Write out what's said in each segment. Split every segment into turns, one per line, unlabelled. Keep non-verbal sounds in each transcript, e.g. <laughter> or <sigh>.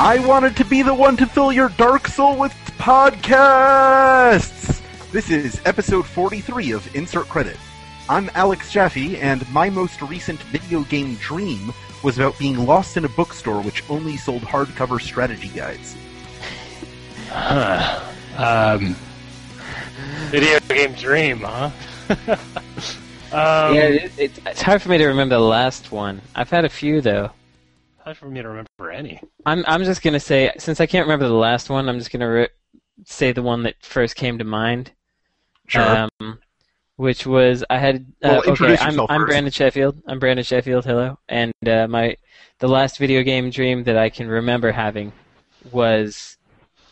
I wanted to be the one to fill your dark soul with podcasts. This is episode 43 of Insert Credit. I'm Alex Jaffe, and my most recent video game dream was about being lost in a bookstore which only sold hardcover strategy guides.
Huh. Um, video game dream, huh? um,
yeah, it, it, it's hard for me to remember the last one. I've had a few though.
Hard for me to remember any.
I'm I'm just gonna say since I can't remember the last one, I'm just gonna re- say the one that first came to mind,
Sure.
um, which was I had.
Well,
Uh, okay,
introduce
I'm
yourself
I'm
first.
Brandon Sheffield. I'm Brandon Sheffield. Hello, and uh, my the last video game dream that I can remember having was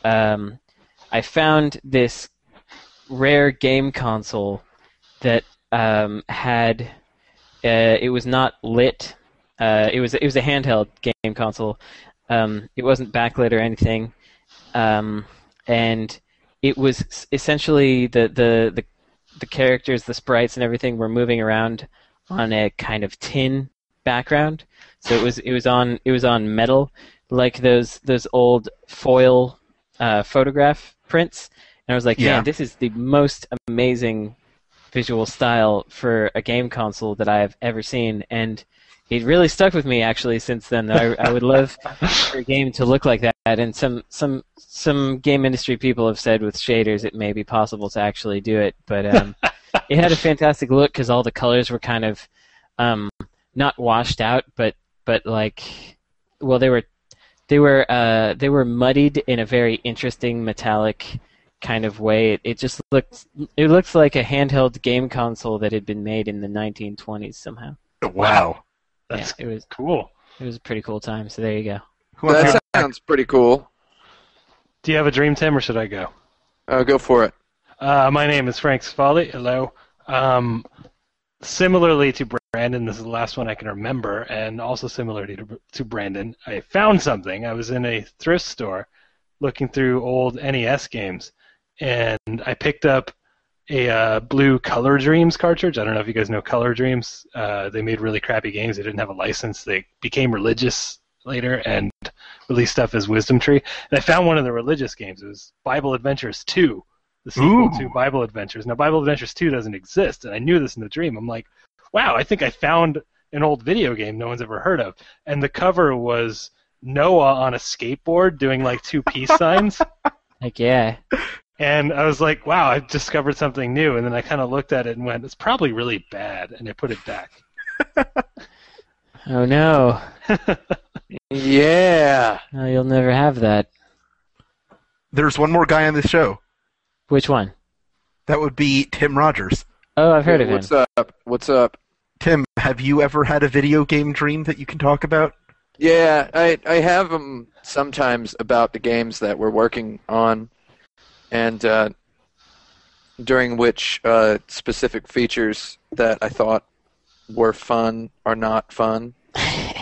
um, I found this rare game console that um, had uh, it was not lit. Uh, it was it was a handheld game console. Um, it wasn't backlit or anything, um, and it was s- essentially the, the the the characters, the sprites, and everything were moving around on a kind of tin background. So it was it was on it was on metal, like those those old foil uh, photograph prints. And I was like,
Yeah.
man, this is the most amazing visual style for a game console that I've ever seen. And it really stuck with me actually since then. Though I, I would love for a game to look like that. And some some some game industry people have said with shaders it may be possible to actually do it, but um, it had a fantastic look because all the colors were kind of um, not washed out, but but like well they were they were uh, they were muddied in a very interesting metallic kind of way. It, it just looked it looks like a handheld game console that had been made in the 1920s somehow.
Wow.
That's
yeah, it was
cool.
it was a pretty cool time. So there you go.
Who wants to-
that sounds pretty cool.
Do you have a dream, Tim, or should I go?
Uh, go for it.
Uh, my name is Frank Sfali. Hello. Um, similarly to Brandon, this is the last one I can remember, and also similarly to, to Brandon, I found something. I was in a thrift store looking through old NES games, and I picked up a uh, blue Color Dreams cartridge. I don't know if you guys know Color Dreams. Uh, they made really crappy games. They didn't have a license. They became religious later and released stuff as Wisdom Tree. And I found one of the religious games. It was Bible Adventures 2, the sequel
Ooh.
to Bible Adventures. Now, Bible Adventures 2 doesn't exist, and I knew this in the dream. I'm like, wow, I think I found an old video game no one's ever heard of. And the cover was Noah on a skateboard doing like two peace signs.
Like yeah,
And I was like, wow, I've discovered something new. And then I kind of looked at it and went, it's probably really bad. And I put it back.
oh no,
Yeah.
no, you'll never have that.
There's one more guy on this show.
Which one?
That would be Tim Rogers.
Oh, I've heard of him.
What's up? What's up?
Tim, have you ever had a video game dream that you can talk about?
Yeah, I I have them sometimes about the games that we're working on, and uh, during which uh, specific features that I thought were fun are not fun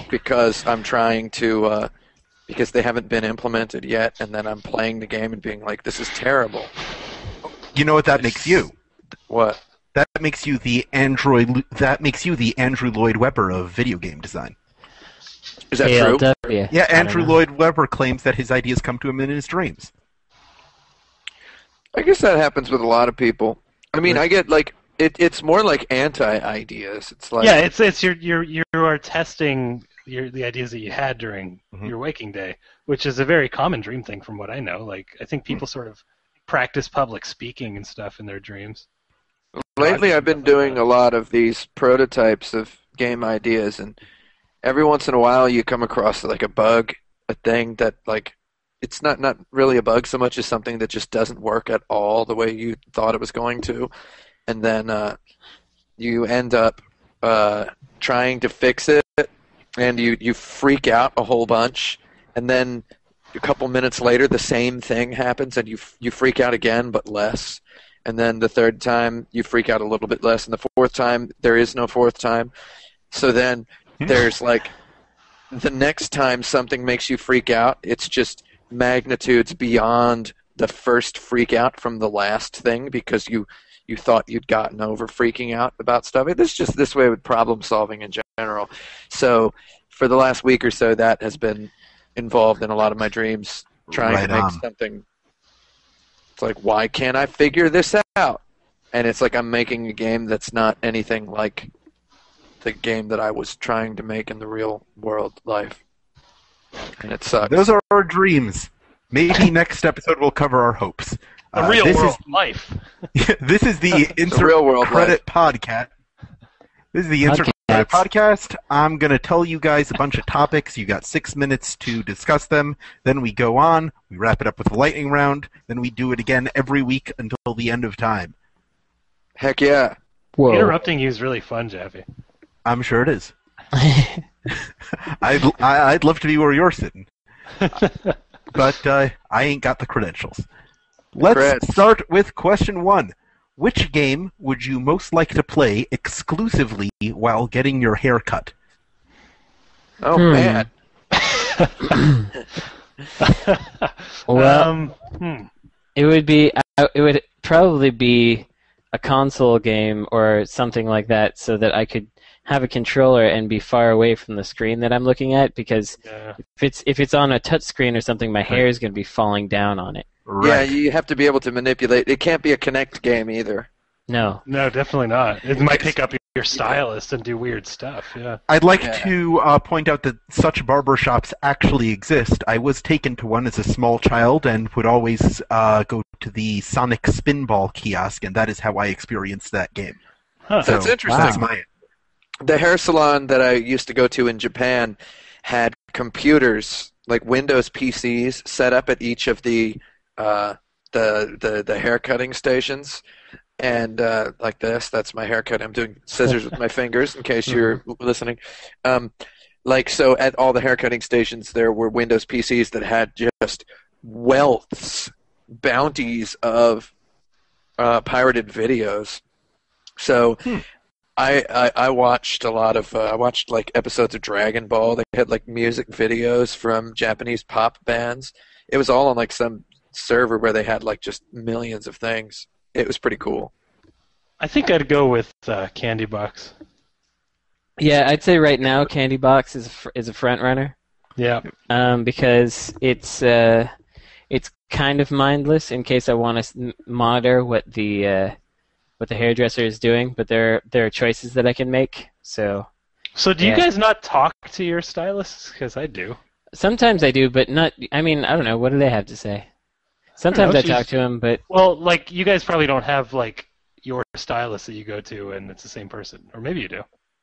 because I'm trying to uh, because they haven't been implemented yet, and then I'm playing the game and being like, this is terrible.
You know what that makes you?
What?
That makes you the Android. That makes you the Andrew Lloyd Webber of video game design.
Is that true?
ALW.
Yeah,
I don't
Andrew
know.
Lloyd Webber claims that his ideas come to him in his dreams.
I guess that happens with a lot of people. I mean, I get like it, it's more like anti-ideas. It's like
yeah, it's it's your your you are testing your the ideas that you had during
Mhm.
your waking day, which is a very common dream thing from what I know. Like I think people sort of practice public speaking and stuff in their dreams.
lately I've been doing a lot of these prototypes of game ideas and every once in a while you come across like a bug, a thing that like it's not not really a bug so much as something that just doesn't work at all the way you thought it was going to and then uh, you end up uh, trying to fix it and you you freak out a whole bunch and then a couple minutes later the same thing happens and you f- you freak out again but less and then the third time you freak out a little bit less and the fourth time there is no fourth time so then
Hmm.
there's like the next time something makes you freak out it's just magnitudes beyond the first freak out from the last thing because you you thought you'd gotten over freaking out about stuff it's just this way with problem solving in general so for the last week or so that has been involved in a lot of my dreams trying
Right
to make
on.
something. It's like, why can't I figure this out? And it's like I'm making a game that's not anything like the game that I was trying to make in the real world life. And it sucks.
Those are our dreams. Maybe next episode we'll cover our hopes.
The
Uh,
real
this
world life.
Is, <laughs> this is the insert
real world
credit podcast. This is the insert credit
Podcast.
podcast. I'm going to tell you guys a bunch of topics. You got six minutes to discuss them. Then we go on. We wrap it up with a lightning round. Then we do it again every week until the end of time.
Heck yeah.
Whoa.
Interrupting you is really fun, Jeffy.
I'm sure it is. I'd I- I'd love to be where you're
<laughs>
sitting, but uh, I ain't got the credentials. Let's
creds.
start with question one. Which game would you most like to play exclusively while getting your hair cut?
Oh
Hmm.
man.
<laughs>
<laughs>
well,
um, hmm.
it would be. I- It would probably be a console game or something like that, so that I could have a controller and be far away from the screen that I'm looking at. Because
Yeah.
if it's if it's on a touch screen or something, my hair is going to be falling down on it.
Yeah,
Right.
you have to be able to manipulate. It can't be a connect game either.
No.
No, definitely not. It might pick up your stylist and do weird stuff. Yeah.
I'd like
Yeah.
to uh, point out that such barbershops actually exist. I was taken to one as a small child and would always uh, go to the Sonic Spinball kiosk, and that is how I experienced that game.
Huh.
So
That's interesting.
That's my
the hair salon that I used to go to in Japan had computers like Windows PCs set up at each of the uh, the the the hair cutting stations, and uh, like this, that's my haircut. I'm doing scissors with my fingers in case you're listening. Um, like so, at all the hair cutting stations, there were Windows PCs that had just wealths, bounties of uh, pirated videos. So. I, I I watched a lot of uh, I watched like episodes of Dragon Ball. They had like music videos from Japanese pop bands. It was all on like some server where they had like just millions of things. It was pretty cool.
I think I'd go with uh, Candy Box.
Yeah, I'd say right now, Candy Box is a fr- is a front runner.
Yeah.
um, because it's uh, it's kind of mindless. In case I want to monitor what the uh, what the hairdresser is doing, but there there are choices that I can make. So
So do you
Yeah.
guys not talk to your stylists? Because I do.
sometimes I do, but not. I mean, I don't know. What do they have to say? Sometimes I
she's-
talk to them, but
Well, like you guys probably don't have like your stylist that you go to, and it's the same person, or maybe you do.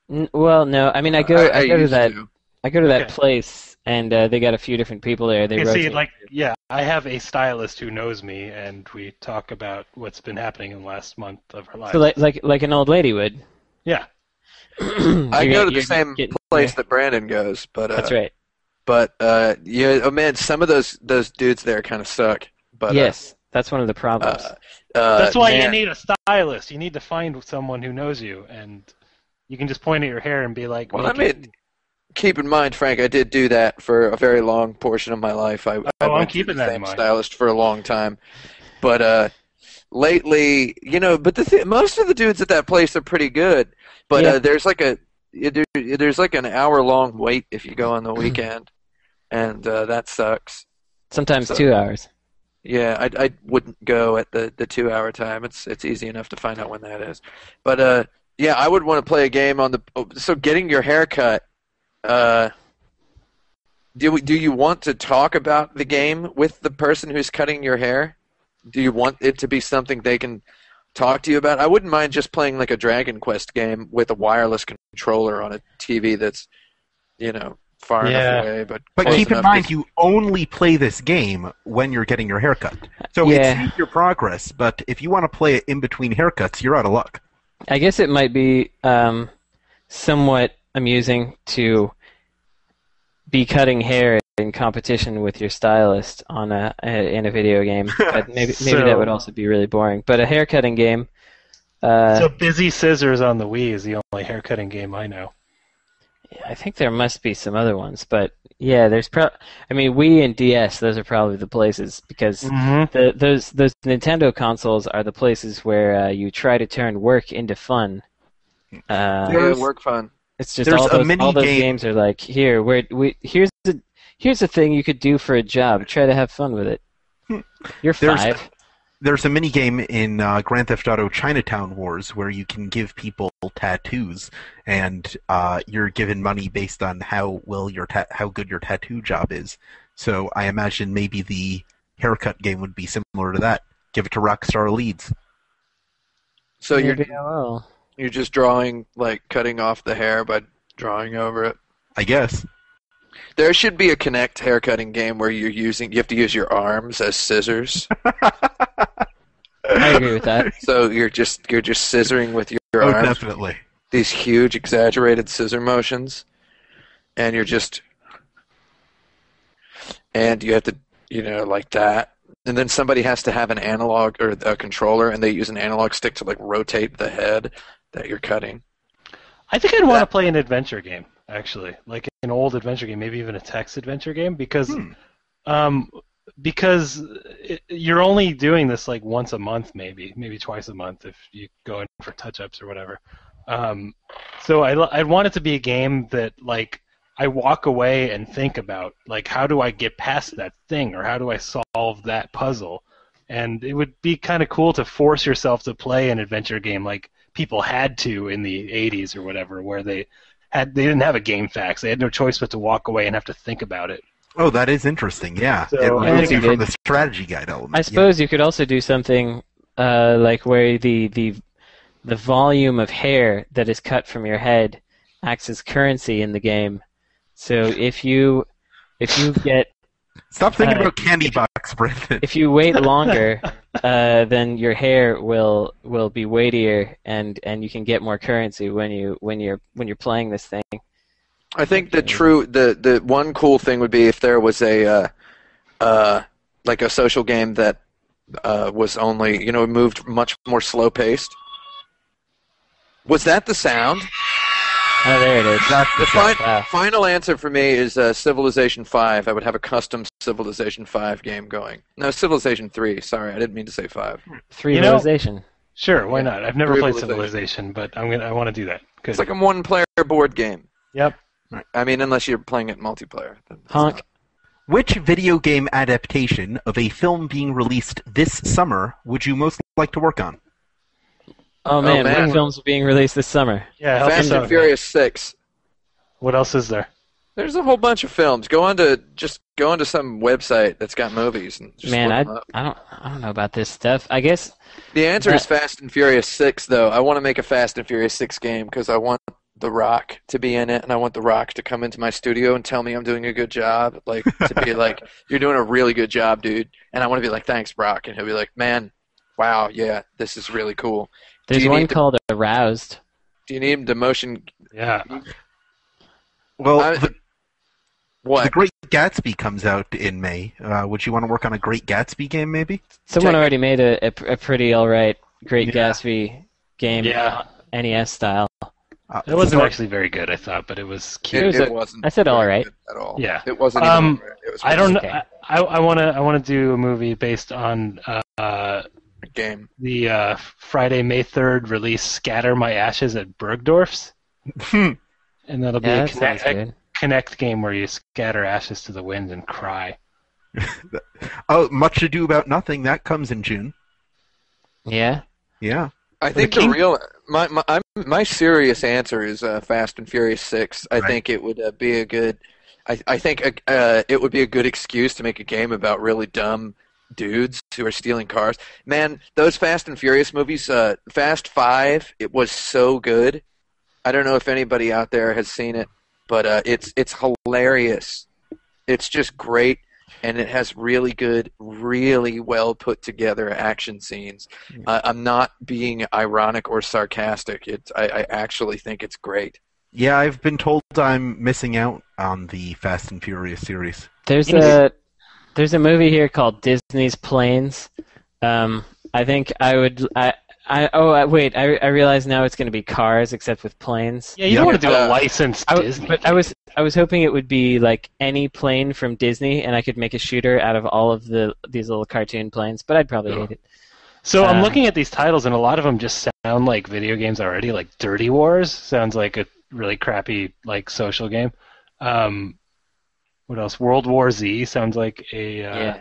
n- well, no. I mean, I go I, go to
used
that
to.
I go to that
Okay.
place, and uh, they got a few different people there. They
You see,
rotate.
like, yeah, I have a stylist who knows me, and we talk about what's been happening in the last month of her life.
so like like like an old lady would.
yeah,
I
You're
go to
you're
the same
getting-
place that Brandon goes, but uh,
That's right.
But uh, yeah, oh man, some of those those dudes there kind of suck. But uh,
yes, that's one of the problems.
uh, uh,
that's why you
man,
need a stylist. You need to find someone who knows you, and you can just point at your hair and be like,
Well,
make
I mean,
it-
keep in mind, Frank, I did do that for a very long portion of my life. I, I
Oh, I'm
went to
keeping
the
that in
same
mind.
stylist for a long time, but uh, lately, you know, but the th- most of the dudes at that place are pretty good. But
Yeah.
uh, there's like a there- there's like an hour long wait if you go
<clears throat>
on the weekend, and uh, that sucks.
Sometimes
so-
two hours.
Yeah, I, I wouldn't go at the, the two hour time. It's it's easy enough to find out when that is. But uh, yeah, I would want to play a game on the. oh, So getting your haircut. Uh, do we, do you want to talk about the game with the person who's cutting your hair? Do you want it to be something they can talk to you about? I wouldn't mind just playing like a Dragon Quest game with a wireless controller on a TV that's you know far
Yeah.
enough away, but
But
close
keep in
enough to
mind, you only play this game when you're getting your haircut. So it
Yeah.
saves your progress, but if you want to play it in between haircuts, you're out of luck.
I guess it might be um, somewhat amusing to be cutting hair in competition with your stylist on a, a in a
<laughs>
video game, but maybe maybe that
So-
would also be really boring. But a hair cutting game, uh,
so busy scissors on the Wii is the only haircutting game I know.
I think there must be some other ones, but yeah, there's pro. I mean, Wii and DS, those are probably the places because
Mm-hmm.
the those those Nintendo consoles are the places where uh, you try to turn work into fun. Uh,
be. Yeah,
There's-
work fun.
It's just
There's
all
a
those,
mini
all those
game-
games are like here. Where we here's a here's a thing you could do for a job. Try to have fun
<laughs>
with it. You're
There's-
five.
<laughs> There's a mini game in uh, Grand Theft Auto Chinatown Wars where you can give people tattoos, and uh, you're given money based on how well your ta- how good your tattoo job is. So I imagine maybe the haircut game would be similar to that. Give it to Rockstar Leeds.
So you're
Maybe oh, I will.
you're just drawing like cutting off the hair by drawing over it.
I guess.
There should be a connect haircutting game where you're using you have to use your arms as scissors.
I agree
<laughs>
with that.
so you're just you're just scissoring with your, your
oh,
arms.
definitely.
These huge exaggerated scissor motions. And you're just and you have to you know, like that. And then somebody has to have an analog or a controller and they use an analog stick to like rotate the head that you're cutting.
I think I'd want to
That-
play an adventure game, actually, like an old adventure game, maybe even a text adventure game, because,
Hmm.
um, because it, you're only doing this like once a month, maybe, maybe twice a month if you go in for touch-ups or whatever. Um, so I I want it to be a game that like I walk away and think about like how do I get past that thing or how do I solve that puzzle, and it would be kind of cool to force yourself to play an adventure game like people had to in the 80s or whatever where they had they didn't have a game fax they had no choice but to walk away and have to think about it
Oh, that is interesting. Yeah,
So,
it
I
removes
think
you
it
from
did.
the strategy guide element.
I suppose you could also do something uh, like where the, the the volume of hair that is cut from your head acts as currency in the game. So if you if you get
Yeah. Stop thinking
uh,
about candy box, <laughs> Brandon.
if
<laughs>
you wait longer, uh, then your hair will will be weightier and, and you can get more currency when you when you're when you're playing this thing.
I think the
Okay.
true the the one cool thing would be if there was a uh, uh, like a social game that uh, was only you know moved much more slow paced. Was that the sound?
Oh, there it is.
That's
The fi-
Wow.
final answer for me is uh, Civilization Five. I would have a custom Civilization Five game going. No, Civilization Three. Sorry, I didn't mean to say five.
Three
You know-
realization.
sure why
Yeah.
not i've never played civilization
Civilization.
but i'm gonna i want to do that good
It's like a one-player board game.
yep
I mean, unless you're playing it multiplayer. then it's
Honk.
not.
Which video game adaptation of a film being released this summer would you most like to work on?
Oh man,
man.
what films are being released this summer?
yeah help us
Fast
out.
and Furious Six.
what else is there
There's a whole bunch of films. Go on to just go onto some website that's got movies and just
Man,
look
I,
them up.
I don't I don't know about this stuff. I guess
The answer is Fast and Furious Six, though. I want to make a Fast and Furious Six game because I want The Rock to be in it, and I want The Rock to come into my studio and tell me I'm doing a good job. Like to be
<laughs>
like, "You're doing a really good job, dude," and I want to be like, "Thanks, Brock," and he'll be like, "Man, wow, yeah, this is really cool."
there's
you
one
need to-
called Aroused.
Do you need him to motion?
yeah
Well,
I-
the, the
What?
Great Gatsby comes out in May. Uh, would you want to work on a Great Gatsby game, maybe?
Someone
Check-
already made a, a, pr- a pretty all right Great
Yeah.
Gatsby game,
yeah
NES style.
Uh,
it wasn't
so-
actually very good i thought but it was
It,
cute
was
it
a-
wasn't.
I said all
very
right.
good At all.
Yeah.
It wasn't. Even
Um,
all right. it was
i don't
okay.
i i want to i want to do a movie based on uh
a game.
the uh, Friday May third release, "Scatter My Ashes" at Bergdorf's,
Hmm.
and that'll
Yeah, that
be a connect,
sounds good.
connect game where you scatter ashes to the wind and cry.
oh, Much Ado About Nothing, that comes in June.
Yeah.
Yeah.
I think the,
king-
real my my I'm, my serious answer is uh, Fast and Furious Six. I
Right.
think it would uh, be a good. I I think uh, it would be a good excuse to make a game about really dumb dudes who are stealing cars. Man, those Fast and Furious movies, uh, Fast Five, it was so good. I don't know if anybody out there has seen it, but uh, it's it's hilarious. It's just great, and it has really good, really well put together action scenes. I, I'm not being ironic or sarcastic. It's I, I actually think it's great.
Yeah, I've been told I'm missing out on the Fast and Furious series.
There's a there's a movie here called Disney's Planes. Um, I think I would I, I oh I, wait I, I realize now it's going to be cars except with planes.
Yeah, you
Yeah.
don't want to do a
Uh,
licensed
I, w-
Disney.
but I was I was hoping it would be like any plane from Disney, and I could make a shooter out of all of the these little cartoon planes. But I'd probably
Oh,
Yeah.
hate it.
so I'm
uh,
looking at these titles, and a lot of them just sound like video games already. Like Dirty Wars sounds like a really crappy like social game. Um, What else? World War Z sounds like a, uh,
yeah.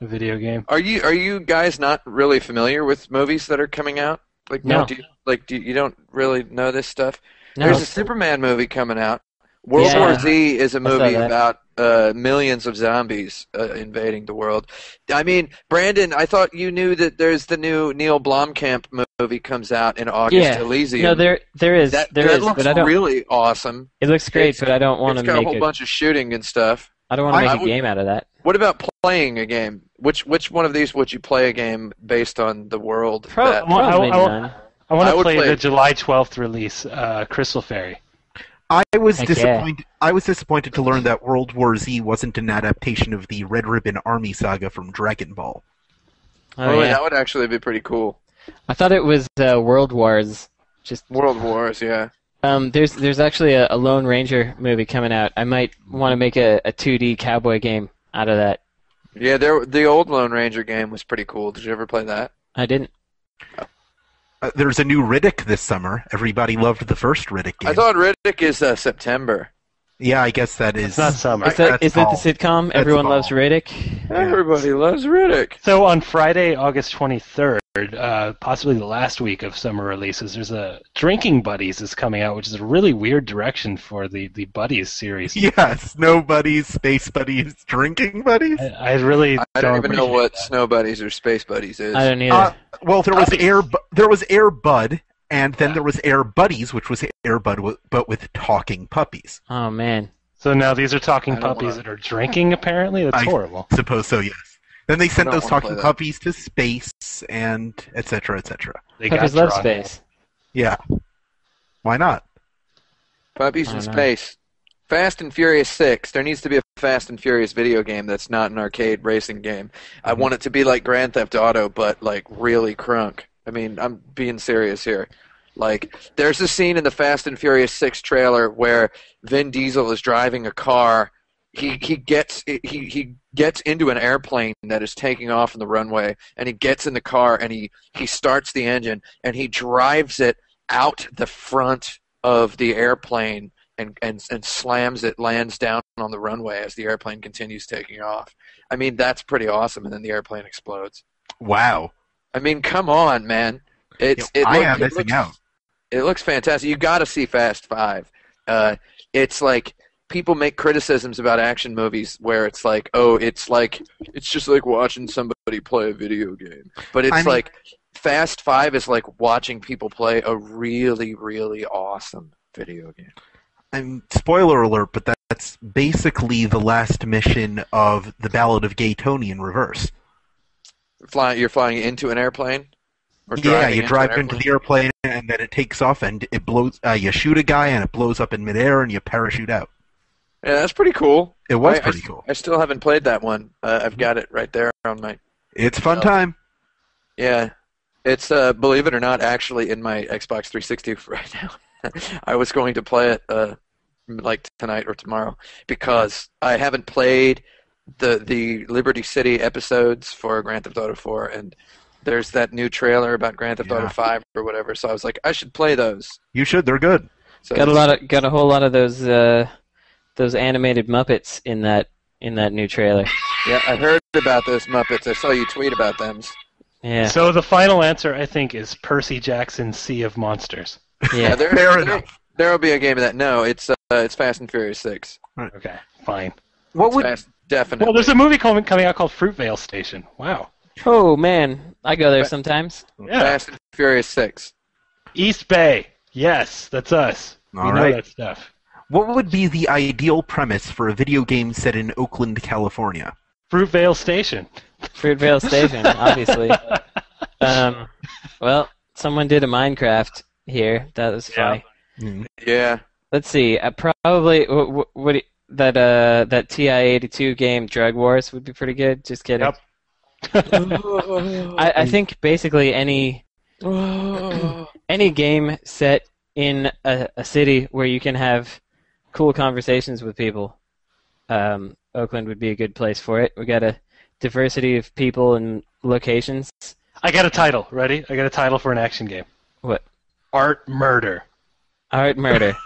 a video game.
Are you are you guys not really familiar with movies that are coming out? Like
No.
do you, like do you, you don't really know this stuff?
No.
There's a Superman movie coming out. World
Yeah.
War Z is a
saw
movie
that.
about uh, millions of zombies uh, invading the world. I mean, Brandon, I thought you knew that there's the new Neil Blomkamp mo- movie comes out in August.
Yeah.
Elysium.
no, there there is
that,
there
that
is,
looks
but I don't.
really awesome.
it looks great,
it's-
but I don't want
It's
to
got a
make
whole
a,
bunch of shooting and stuff.
I don't want to
I-
make
I
a
would-
game out of that.
What about playing a game? Which which one of these would you play a game based on the world?
Pro-
that-
Well, I-
probably
I-
none.
I want
I
to
would
play,
play-
the July 12th release, uh, Crystal Fairy.
I was
Heck yeah.
disappointed. I was disappointed to learn that World War Z wasn't an adaptation of the Red Ribbon Army saga from Dragon Ball.
Oh,
really,
yeah.
that would actually be pretty cool.
I thought it was uh, World Wars. Just
World Wars, yeah.
um, there's there's actually a, a Lone Ranger movie coming out. I might want to make a, a 2D cowboy game out of that.
Yeah, there the old Lone Ranger game was pretty cool. Did you ever play that?
I didn't.
Uh, there's a new Riddick this summer. Everybody loved the first Riddick game.
I thought Riddick is uh, September.
yeah, I guess that is. <laughs>
It's not summer.
Is that
That's
is that the
all.
sitcom?
That's
Everyone
all.
loves Riddick.
Everybody loves Riddick.
So on Friday, August 23rd, uh, possibly the last week of summer releases, there's a Drinking Buddies is coming out, which is a really weird direction for the, the Buddies series.
Yes, snow buddies, space buddies, drinking buddies.
I, I really
I don't even know
appreciate
what
that.
snow buddies or space buddies is.
I don't either.
Uh, well, there was
Buddies.
Air, Bu- there was Air Bud, and then there was Air Buddies, which was Air Bud, wi- but with talking puppies.
oh man,
So now these are talking
I don't
puppies
wanna-
that are drinking. Apparently, that's
I-
horrible.
Suppose so, yes. Then they sent
don't
those
wanna play
talking
that.
puppies to space and et cetera, et cetera.
They got
Pepper's Love
drunk.
Space.
Yeah, why not?
Puppies
I
in
don't know.
space. Fast and Furious Six. There needs to be a Fast and Furious video game that's not an arcade racing game. I
Mm-hmm.
want it to be like Grand Theft Auto, but like really crunk. I mean, I'm being serious here. Like, there's a scene in the Fast and Furious Six trailer where Vin Diesel is driving a car. He he gets he he gets into an airplane that is taking off on the runway, and he gets in the car and he he starts the engine and he drives it out the front of the airplane and, and, and slams it, lands down on the runway as the airplane continues taking off. I mean, that's pretty awesome. And then the airplane explodes.
Wow,
I mean, come on, man. It's,
Yo,
it
I
look-
am
it
missing
looks-
out.
It looks fantastic. You got to see Fast Five. Uh, it's like people make criticisms about action movies where it's like, oh, it's like it's just like watching somebody play a video game. But it's
I mean-
like Fast Five is like watching people play a really, really awesome video game.
And spoiler alert, but that, that's basically the last mission of the Ballad of Gay Tony in reverse.
Flying, you're flying into an airplane. Or
Yeah,
driving
you
an
drive into
airplane?
the airplane and then it takes off and it blows. Uh, you shoot a guy and it blows up in midair and you parachute out.
Yeah, that's pretty cool.
It was
I-
pretty cool. Mm-hmm.
I still haven't played that one. Uh, I've got it right there on my.
It's fun
Oh.
time.
Yeah, it's uh, believe it or not, actually in my Xbox 360 <laughs> right now. I was going to play it uh, like tonight or tomorrow because I haven't played the the Liberty City episodes for Grand Theft Auto 4 and. There's that new trailer about Grand Theft Auto
Yeah.
5 or whatever, so I was like, I should play those.
You should. They're good.
So
Got a lot of got a whole lot of those uh, those animated Muppets in that in that new trailer.
Yeah, I heard about those Muppets. I saw you tweet about them.
Yeah,
So the final answer, I think, is Percy Jackson's Sea of Monsters.
<laughs>
yeah.
there,
Fair
there,
enough.
there'll be a game of that. No, it's uh, it's Fast and Furious Six.
Okay, fine.
What
It's
would
Fast, definitely.
Well, there's a movie coming coming out called Fruitvale Station. Wow.
Oh man, I go there sometimes.
Yeah.
Fast and Furious Six.
East Bay. Yes, that's us. we
All
know
right.
that stuff.
what would be the ideal premise for a video game set in Oakland, California?
Fruitvale Station.
Fruitvale Station, obviously. Um, well, someone did a Minecraft here. That was
Yeah.
funny.
Mm.
Yeah,
Let's see. Uh, probably wh- wh- what do you- that uh that TI eighty two game Drug Wars would be pretty good. Just kidding.
Yep.
I, I think basically any any game set in a, a city where you can have cool conversations with people. Um, Oakland would be a good place for it. We got a diversity of people and locations.
I got a title. Ready? I got a title for an action game.
What?
Art Murder. <laughs>
Art murder.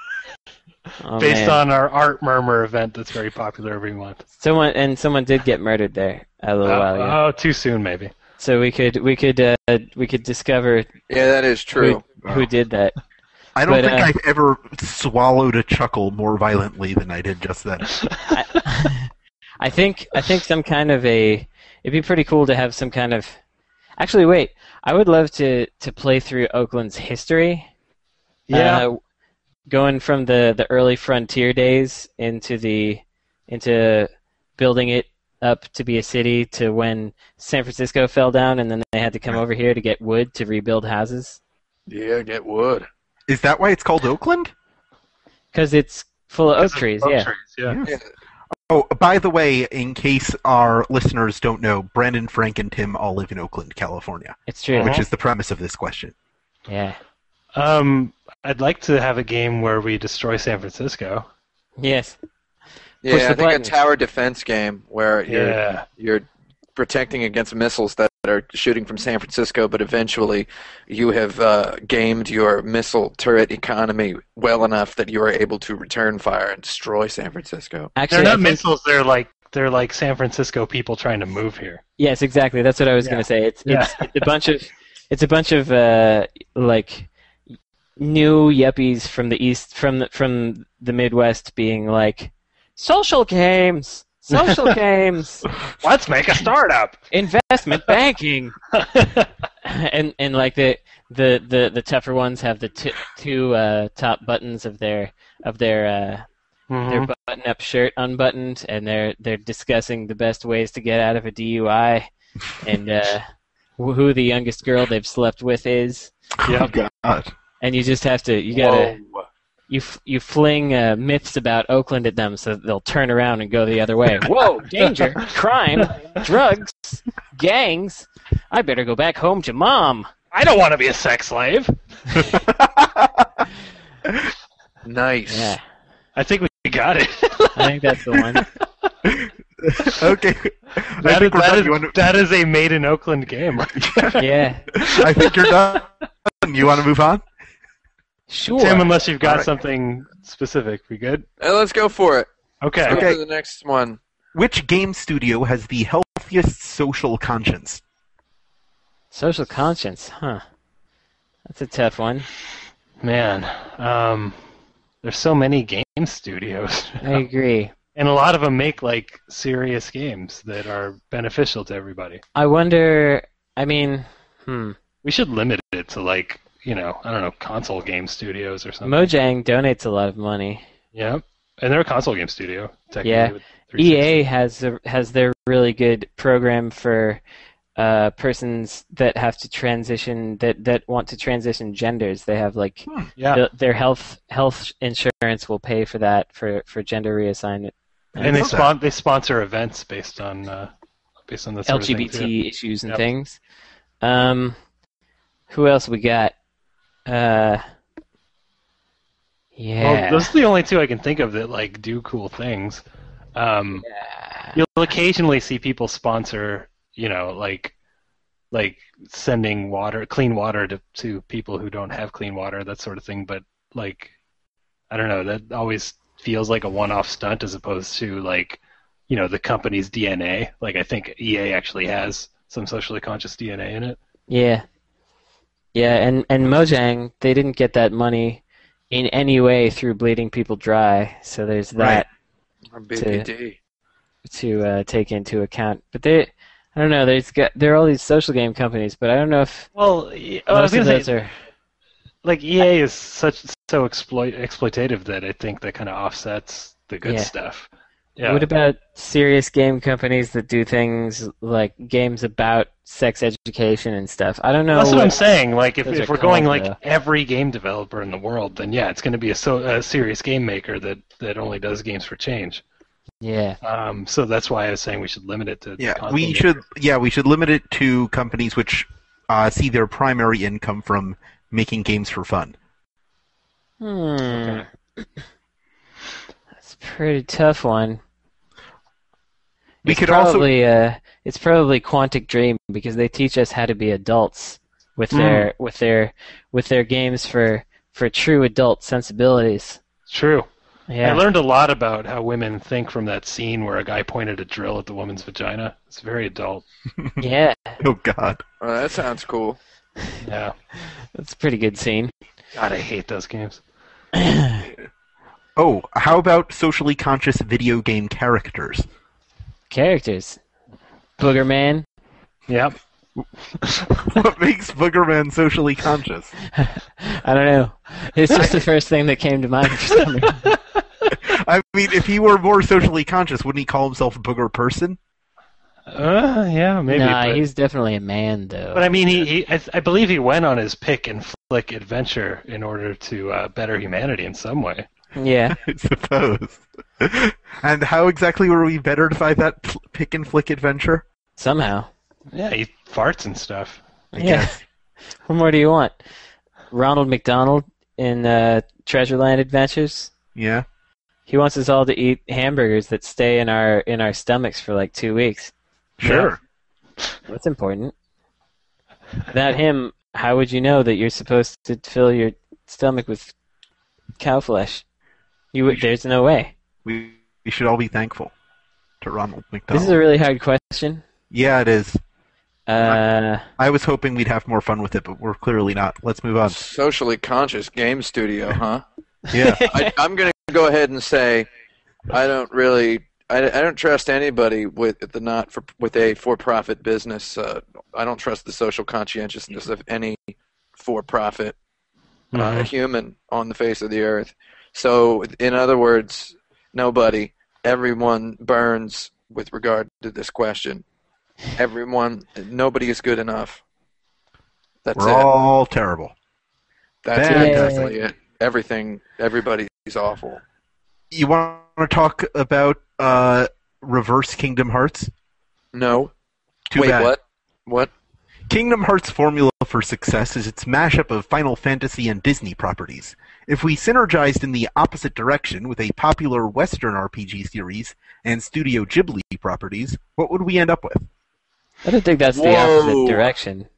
Oh,
based
man.
on our Art Murmur event that's very popular every month.
someone and someone did get murdered there a little
Uh,
while ago.
oh, too soon maybe.
so we could we could uh, we could discover
Yeah, that is true.
who did that.
I don't
But,
think
uh,
I've ever swallowed a chuckle more violently than I did just then.
I, I think I think some kind of a it'd be pretty cool to have some kind of actually wait I would love to to play through Oakland's history
Yeah,
uh, going from the the early frontier days into the into building it up to be a city to when San Francisco fell down and then they had to come over here to get wood to rebuild houses
Yeah, get wood.
Is that why it's called Oakland?
because it's full of oak
Because of
trees
oak
yeah
trees, yeah.
Yeah.
Oh, by the way, in case our listeners don't know, Brandon, Frank, and Tim all live in Oakland, California,
it's true
Uh-huh.
which is the premise of this question.
yeah
Um, I'd like to have a game where we destroy San Francisco.
yes
Yeah,
Push the
I think
button.
a tower defense game where you're
Yeah,
you're protecting against missiles that are shooting from San Francisco, but eventually you have uh, gamed your missile turret economy well enough that you are able to return fire and destroy San Francisco.
actually
they're
I
not
think-
missiles. They're like they're like San Francisco people trying to move here.
Yes, exactly. That's what I was
Yeah.
going to say. It's,
Yeah.
it's it's a bunch of it's a bunch of uh, like new yuppies from the east from the, from the Midwest being like social games,
<laughs>
social games,
Let's make a startup.
investment banking, <laughs> and and like the the the, the tougher ones have the t- two uh, top buttons of their of their uh, their
Mhm.
button-up shirt unbuttoned, and they're they're discussing the best ways to get out of a DUI, and uh, wh- who the youngest girl they've slept with is.
Yep.
Oh,
<laughs>
God.
And you just have to you gotta
Whoa.
you f- you fling uh, myths about Oakland at them so that they'll turn around and go the other way. Whoa, <laughs> danger, crime, drugs, gangs. I better go back home to mom.
I don't want to be a sex slave.
Nice.
Yeah,
I think we got it. <laughs>
I think that's the one.
okay. I
That is,
think, we're
that,
done.
is,
You wanna-
that is a made in Oakland game. <laughs>
Yeah,
I think you're done. You want to move on?
sure.
Tim, unless you've got
Alright.
something specific, we good?
Uh, let's go for it.
Okay.
Let's
Okay.
Go to the next one.
Which game studio has the healthiest social conscience?
Social conscience, huh? That's a tough one.
Man, um, there's so many game studios, <laughs>
I agree.
and a lot of them make like serious games that are beneficial to everybody.
I wonder. I mean, hmm.
We should limit it to like you know I don't know console game studios or something.
Mojang donates a lot of money.
yeah, and they're a console game studio. Technically,
Yeah.
with 360.
EA has E a, has their really good program for uh, persons that have to transition that that want to transition genders. They have like
Yeah,
the- their health health insurance will pay for that for for gender reassignment.
and they
Okay.
spon- they sponsor events based on uh, based on this sort of thing,
LGBT
too.
issues and
Yep.
things. Um, who else we got? Uh, yeah.
Well, those are the only two I can think of that like do cool things. Um, You'll occasionally see people sponsor, you know, like like sending water, clean water to to people who don't have clean water, that sort of thing. But like, I don't know, that always feels like a one-off stunt as opposed to like, you know, the company's DNA. Like, I think EA actually has some socially conscious DNA in it.
Yeah. Yeah, and, and Mojang, they didn't get that money in any way through bleeding people dry, so there's
Right.
that
Or BPD.
to uh, take into account. But they, I don't know, there's got there are all these social game companies, but I don't know if
Well,
most of those are.
like EA is such so exploit exploitative that I think that kind of offsets the good
Yeah.
stuff. Yeah.
What about serious game companies that do things like games about sex education and stuff? I don't know.
That's what I'm
what-
saying. Like, if,
Those
if
are
we're going
called,
like
uh,
every game developer in the world, then yeah, it's going to be a, so, a serious game maker that, that only does games for change.
yeah,
Um, so that's why I was saying we should limit it to.
Yeah,
console
we
makers.
should. Yeah, we should limit it to companies which uh, see their primary income from making games for fun.
hmm, <clears throat> that's a pretty tough one.
We
it's
could also
probably uh, it's probably Quantic Dream because they teach us how to be adults with
Hmm.
their with their with their games for for true adult sensibilities.
True.
Yeah.
I learned a lot about how women think from that scene where a guy pointed a drill at the woman's vagina. It's very adult.
<laughs> yeah.
Oh God.
Well, that sounds cool.
Yeah.
That's a pretty good scene.
God, I hate those games.
Oh, how about socially conscious video game characters? <laughs>
Characters. Booger Man.
Yep.
what makes Boogerman socially conscious?
I don't know. It's
<laughs>
just the first thing that came to mind for some reason.
I mean, if he were more socially conscious, wouldn't he call himself Booger Person? <laughs>
Uh, yeah, maybe.
nah,
but,
he's definitely a man, though.
but I mean, he, he I, th- I believe he went on his pick and flick adventure in order to uh, better humanity in some way.
yeah.
I suppose. <laughs> and how exactly were we bettered by that pl- pick and flick adventure?
Somehow.
Yeah, he farts and stuff.
I
yeah. <laughs>
guess.
What more do you want? Ronald McDonald in uh, Treasureland Adventures.
Yeah.
He wants us all to eat hamburgers that stay in our in our stomachs for like two weeks.
Sure.
That's important. Without him, how would you know that you're supposed to fill your stomach with cow flesh? You would, there's no way.
We, we should all be thankful to Ronald McDonald.
This is a really hard question.
yeah, it is.
Uh,
I was hoping we'd have more fun with it, but we're clearly not. Let's move
<laughs>
on.
Socially conscious game studio, huh?
Yeah.
I, I'm going to go ahead and say I don't really I, I don't trust anybody with the not for with a for-profit business. Uh, I don't trust the social conscientiousness of any for-profit
Uh-huh.
uh, human on the face of the earth. So, in other words, nobody, everyone burns with regard to this question. Everyone, nobody is good enough. That's
we're
it.
all terrible.
That's
bad.
it. Exactly it. Everything, everybody's awful.
You want to talk about uh, reverse Kingdom Hearts?
No.
Too
Wait,
bad.
what? What?
Kingdom Hearts' formula for success is its mashup of Final Fantasy and Disney properties. If we synergized in the opposite direction with a popular Western RPG series and Studio Ghibli properties, what would we end up with?
I don't think that's the
Whoa.
opposite direction.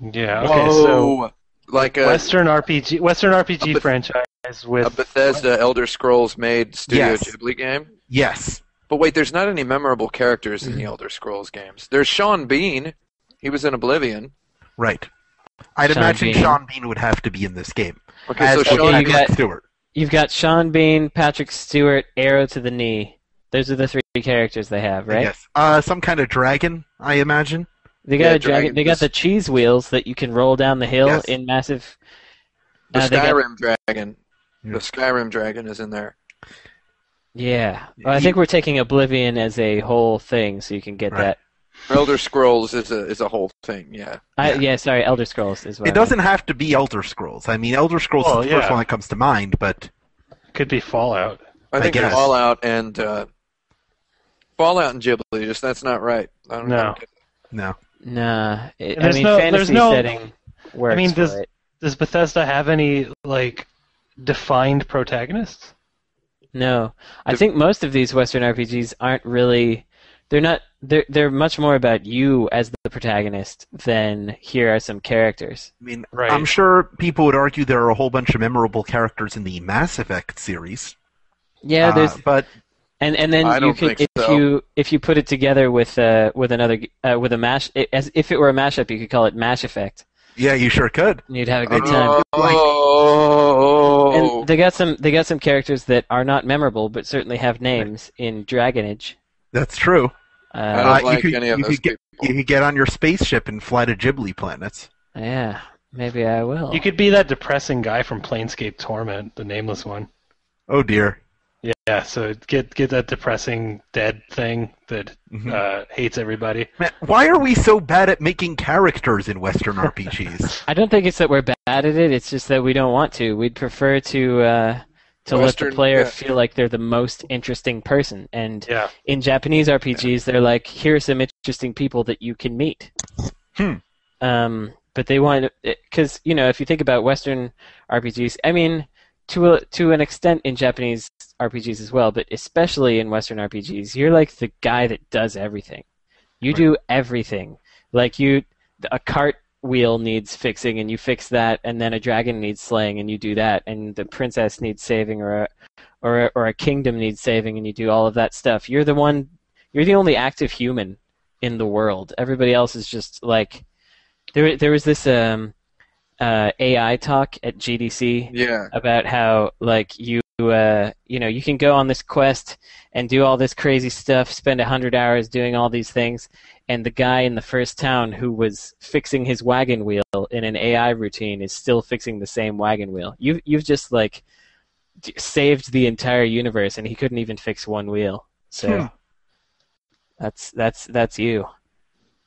Yeah. Okay.
Oh,
So
Whoa. like a,
Western RPG, Western RPG
Beth-
franchise
a
with
Bethesda Elder Scrolls made Studio
Yes.
Ghibli game.
Yes.
But wait, there's not any memorable characters in the
Mm-hmm.
Elder Scrolls games. There's Sean Bean. He was in Oblivion.
Right. I'd
Sean
imagine
Bean.
Sean Bean would have to be in this game.
Okay,
as
so
Patrick
Sean
you got-
Stewart.
You've got Sean Bean, Patrick Stewart, Arrow to the knee. Those are the three characters they have, right?
Yes. Uh, some kind of dragon, I imagine.
They got
Yeah,
a dragon.
dragon-
They got the cheese wheels that you can roll down the hill
Yes.
in massive.
The
Uh, they got-
Skyrim Dragon.
Yeah.
The Skyrim Dragon is in there.
Yeah, well, I
You-
think we're taking Oblivion as a whole thing, so you can get
Right.
that.
Elder Scrolls is a is a whole thing. Yeah.
I, yeah, sorry, Elder Scrolls as well.
It doesn't have to be Elder Scrolls. I mean, Elder Scrolls
Well,
is the first
yeah.
one that comes to mind, but
could be Fallout.
I
I
think they're
guess.
Fallout and uh, Fallout and Ghibli. Just that's not right. I don't
No.
know.
no.
Nah, it,
And
I
there's
mean,
no- there's
fantasy
no-
setting works.
I mean, does-
for it.
Does Bethesda have any like defined protagonists?
No, I
The-
think most of these Western RPGs aren't really. They're not. They're they're much more about you as the protagonist than here are some characters.
I mean,
Right.
I'm sure people would argue there are a whole bunch of memorable characters in the Mass Effect series.
Yeah,
Uh,
there's
but
And and then
I
you
don't
could
think
if
so.
you if you put it together with uh with another g- uh, with a mash it, as if it were a mashup you could call it mash effect
yeah, you sure could.
and you'd have a good time.
Oh, oh,
uh,
And they got some they got some characters that are not memorable but certainly have names in Dragonage.
That's true.
I
Uh,
Uh,
don't
you
like
could-
any of
you
those
could get- You
people.
could get on your spaceship and fly to Ghibli planets.
yeah, maybe I will.
You could be that depressing guy from Planescape Torment, the nameless one.
Oh dear.
Yeah, so get get that depressing dead thing that
Mhm.
uh, hates everybody.
Man, why are we so bad at making characters in Western <laughs> RPGs?
I don't think it's that we're bad at it. It's just that we don't want to. We'd prefer to uh, to let
Western-
the player
yeah.
feel like they're the most interesting person. And
Yeah,
in Japanese RPGs, they're like, here are some interesting people that you can meet.
Hmm.
Um, but they want because you know if you think about Western RPGs, I mean, to a, to an extent in Japanese RPGs as well, but especially in Western RPGs, you're like the guy that does everything. You do everything. Like you, a cart wheel needs fixing, and you fix that, and then a dragon needs slaying, and you do that, and the princess needs saving, or a, or a, or a kingdom needs saving, and you do all of that stuff. You're the one. You're the only active human in the world. Everybody else is just like there. There was this um, uh, AI talk at GDC
Yeah.
about how like you uh, you know you can go on this quest and do all this crazy stuff spend 100 hours doing all these things and the guy in the first town who was fixing his wagon wheel in an AI routine is still fixing the same wagon wheel you you've just like d- saved the entire universe and he couldn't even fix one wheel so
Hmm.
that's that's that's you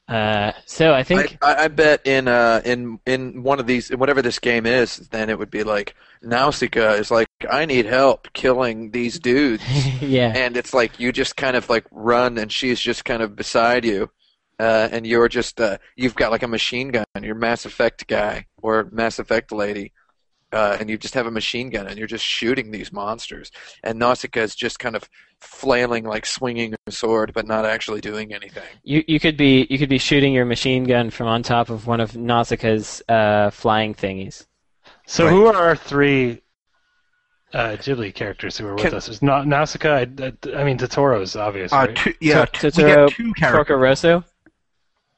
uh, so I think
I, I I bet in uh in in one of these in whatever this game is, then it would be like Nausicaa is like I need help killing these dudes,
<laughs> yeah
and it's like you just kind of like run, and she's just kind of beside you, uh, and you're just uh, you've got like a machine gun, you're Mass Effect guy or Mass Effect lady, uh, and you just have a machine gun, and you're just shooting these monsters, and Nausicaa is just kind of flailing like swinging a sword, but not actually doing anything.
You you could be you could be shooting your machine gun from on top of one of Nausicaa's uh, flying thingies.
So
Right.
who are our three uh, Ghibli characters who are with
Can-
us? There's not Nausicaa. I, I- I mean, Totoro's obvious,
Uh,
right?
two, yeah,
To-
two, we got
Totoro,
two characters.
Porco Rosso.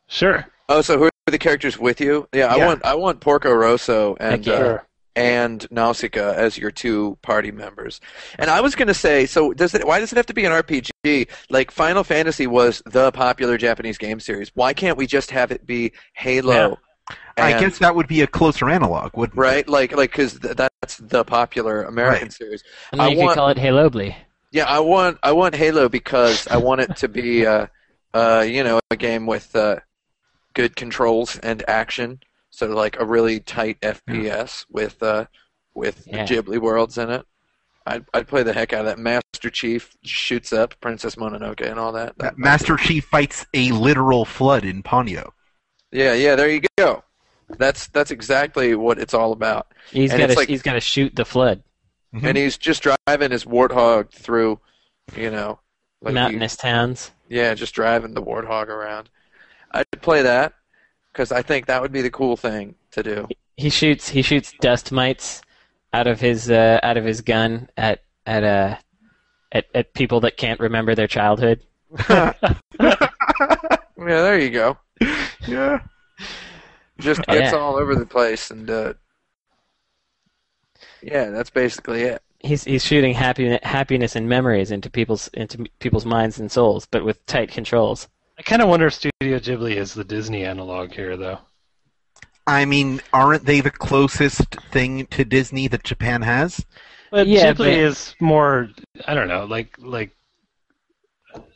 sure.
Oh, so who are the characters with you? Yeah,
Yeah.
I want I want Porco Rosso
Heck
and
yeah.
uh,
Sure.
and Nausicaa as your two party members. And I was gonna say, so does it? Why does it have to be an RPG? Like Final Fantasy was the popular Japanese game series. Why can't we just have it be Halo?
I
and-
guess that would be a closer analog, wouldn't it?
right, like like because th- that's the popular American series.
And then
I
you could
want-
call it Halo Blee.
Yeah, I want I want Halo because I want it to be uh, uh, you know a game with uh, good controls and action, so like a really tight FPS with uh, with
Yeah.
the Ghibli worlds in it. I'd I'd play the heck out of that. Master Chief shoots up Princess Mononoke and all that.
Uh, Master Chief fights a literal flood in Ponyo.
Yeah, yeah, there you go. That's that's exactly what it's all about.
He's
And
got to
it's like-
he's got to shoot the flood
Mhm.
And he's just driving his warthog through, you know, like he-
mountainous towns.
Yeah, just driving the warthog around. I'd play that because I think that would be the cool thing to do.
He shoots he shoots dust mites out of his uh, out of his gun at at uh at, at people that can't remember their childhood.
Yeah, there you go.
yeah.
Just gets
Yeah.
all over the place and uh, yeah, that's basically it.
He's he's shooting happiness happiness and memories into people's into people's minds and souls, but with tight controls.
I kind of wonder if Studio Ghibli is the Disney analog here, though.
I mean, aren't they the closest thing to Disney that Japan has?
But
Yeah,
Ghibli
but-
is more. I don't know, like like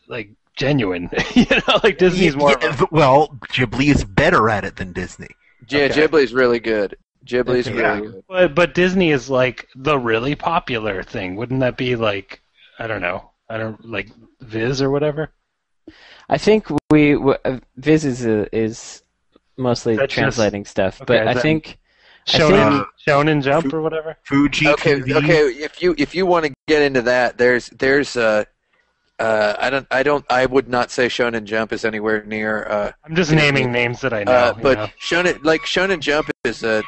like genuine. <laughs> you know, like Disney's more. of a-
Yeah, th- well, Ghibli is better at it than Disney.
Yeah,
Okay.
Ghibli's really good. Ghibli's
Yeah.
really good.
But but Disney is like the really popular thing. Wouldn't that be like I don't know. I don't like Viz or whatever.
I think we w- uh, Viz is uh, is mostly
That's just-
translating stuff,
okay,
but I
then-
think I
Shonen
think-
Shonen Jump or whatever.
Fuji
Okay,
TV.
okay. If you if you want to get into that, there's there's uh, uh, I don't I don't I would not say Shonen Jump is anywhere near uh,
I'm just naming names that I know.
Uh,
you
but
know.
Shonen, like Shonen Jump, is uh,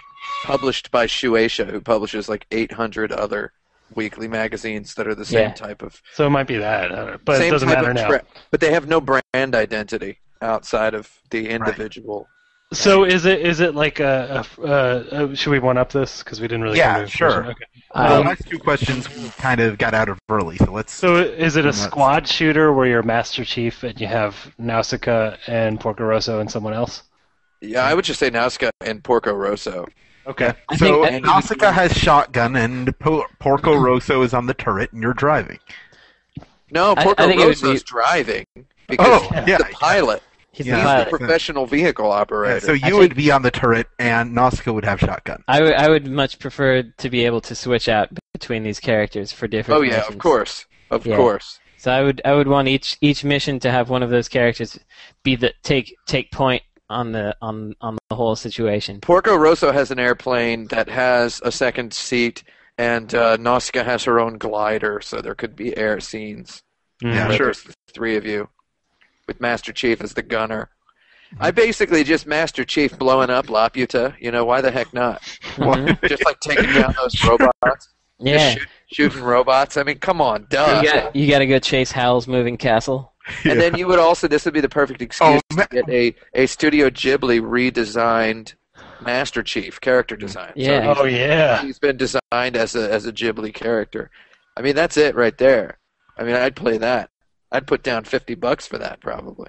published by Shueisha, who publishes like 800 other weekly magazines that are the same
Yeah.
type of
so it might be that. I don't know. But
same
it doesn't
type
matter
of
now.
tra- but they have no brand identity outside of the individual.
So is it is it like a, a, a, a should we one up this because we didn't really
Yeah,
come to conclusion.
sure.
Okay.
Well,
um,
the last two questions we kind of got out of early, so let's.
So is it a
Nuts.
squad shooter where you're Master Chief and you have Nausicaa and Porco Rosso and someone else?
Yeah, I would just say Nazca and Porco Rosso.
Okay.
I
so
think-
Nausicaa has shotgun, and po- Porco Rosso is on the turret, and you're driving.
No,
I- I
Porco
think it would
Rosso's
be-
driving because
Oh,
he's
yeah.
the pilot.
he's
yeah.
the
He's
Pilot.
the professional vehicle
Yeah,
operator.
so you would be on the turret, and Nausicaa would have shotgun.
I would- I would much prefer to be able to switch out between these characters for different.
oh yeah, of
missions.
course, of
Yeah.
course.
So I would I would want each each mission to have one of those characters be the take take point on the on on the whole situation.
Porco Rosso has an airplane that has a second seat, and uh, Nausicaa has her own glider, so there could be air scenes.
Yeah,
where
sure.
there's the three of you, with Master Chief as the gunner.
Mm-hmm.
I basically just Master Chief blowing up Laputa. You know why the heck not?
Mm-hmm.
<laughs> Well, <laughs>
Just like taking down those robots.
Yeah,
Just shoot, shooting robots. I mean, come on, duh.
you
<laughs>
got you got to go chase Howl's moving castle.
And then you would also this would be the perfect excuse
Oh,
to get a, a Studio Ghibli redesigned Master Chief character design.
Yeah.
Oh
So
yeah.
he's been designed as a as a Ghibli character. I mean, that's it right there. I mean, I'd play that. I'd put down fifty bucks for that probably.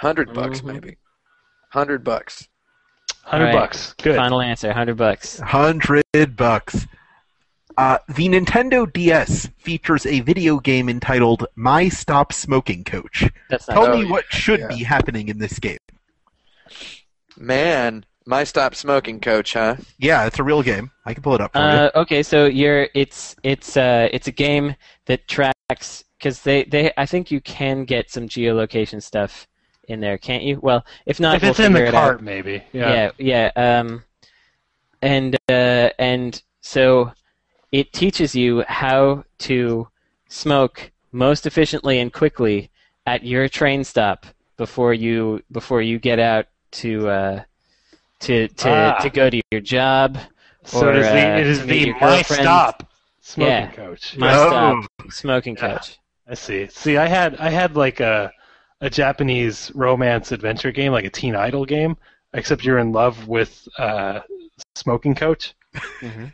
100 bucks
Mhm.
maybe. Hundred bucks.
Hundred
All right.
bucks. Good.
Final answer, hundred bucks.
Hundred bucks. Uh, the Nintendo DS features a video game entitled "My Stop Smoking Coach."
That's not
Tell
Oh,
me
yeah,
what should
yeah.
be happening in this game.
Man, my stop smoking coach, huh?
Yeah, it's a real game. I can pull it up for you.
Uh, okay, so you're it's it's uh it's a game that tracks because they they I think you can get some geolocation stuff in there, can't you? Well, if not,
if
we'll
it's in
figure
the
it out.
cart, maybe. Yeah.
yeah, yeah, Um, and uh, and so it teaches you how to smoke most efficiently and quickly at your train stop before you before you get out to uh, to to,
Ah.
to go to your job.
So
Or,
it is
uh,
the it is
to meet
the
your
my
girlfriend.
stop smoking
Yeah.
coach.
My
Oh.
stop smoking
Yeah.
coach.
I see. See, I had I had like a a Japanese romance adventure game, like a Teen Idol game, except you're in love with uh, smoking coach,
Mhm.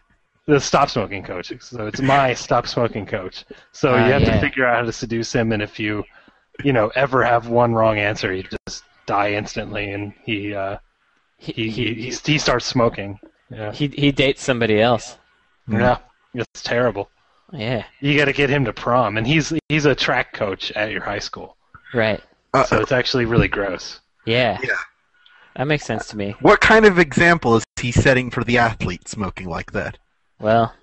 the stop smoking coach. So it's my stop smoking coach. So
Ah,
you have
yeah.
to figure out how to seduce him, and if you, you know, ever have one wrong answer, you just die instantly, and he uh, he, he, he he starts smoking. Yeah,
he he dates somebody else. Hmm.
yeah, it's terrible.
Yeah,
You got to get him to prom, and he's he's a track coach at your high school,
right.
Uh,
so it's actually really gross.
Yeah.
Yeah.
That makes sense to me.
what kind of example is he setting for the athlete smoking like that?
Well,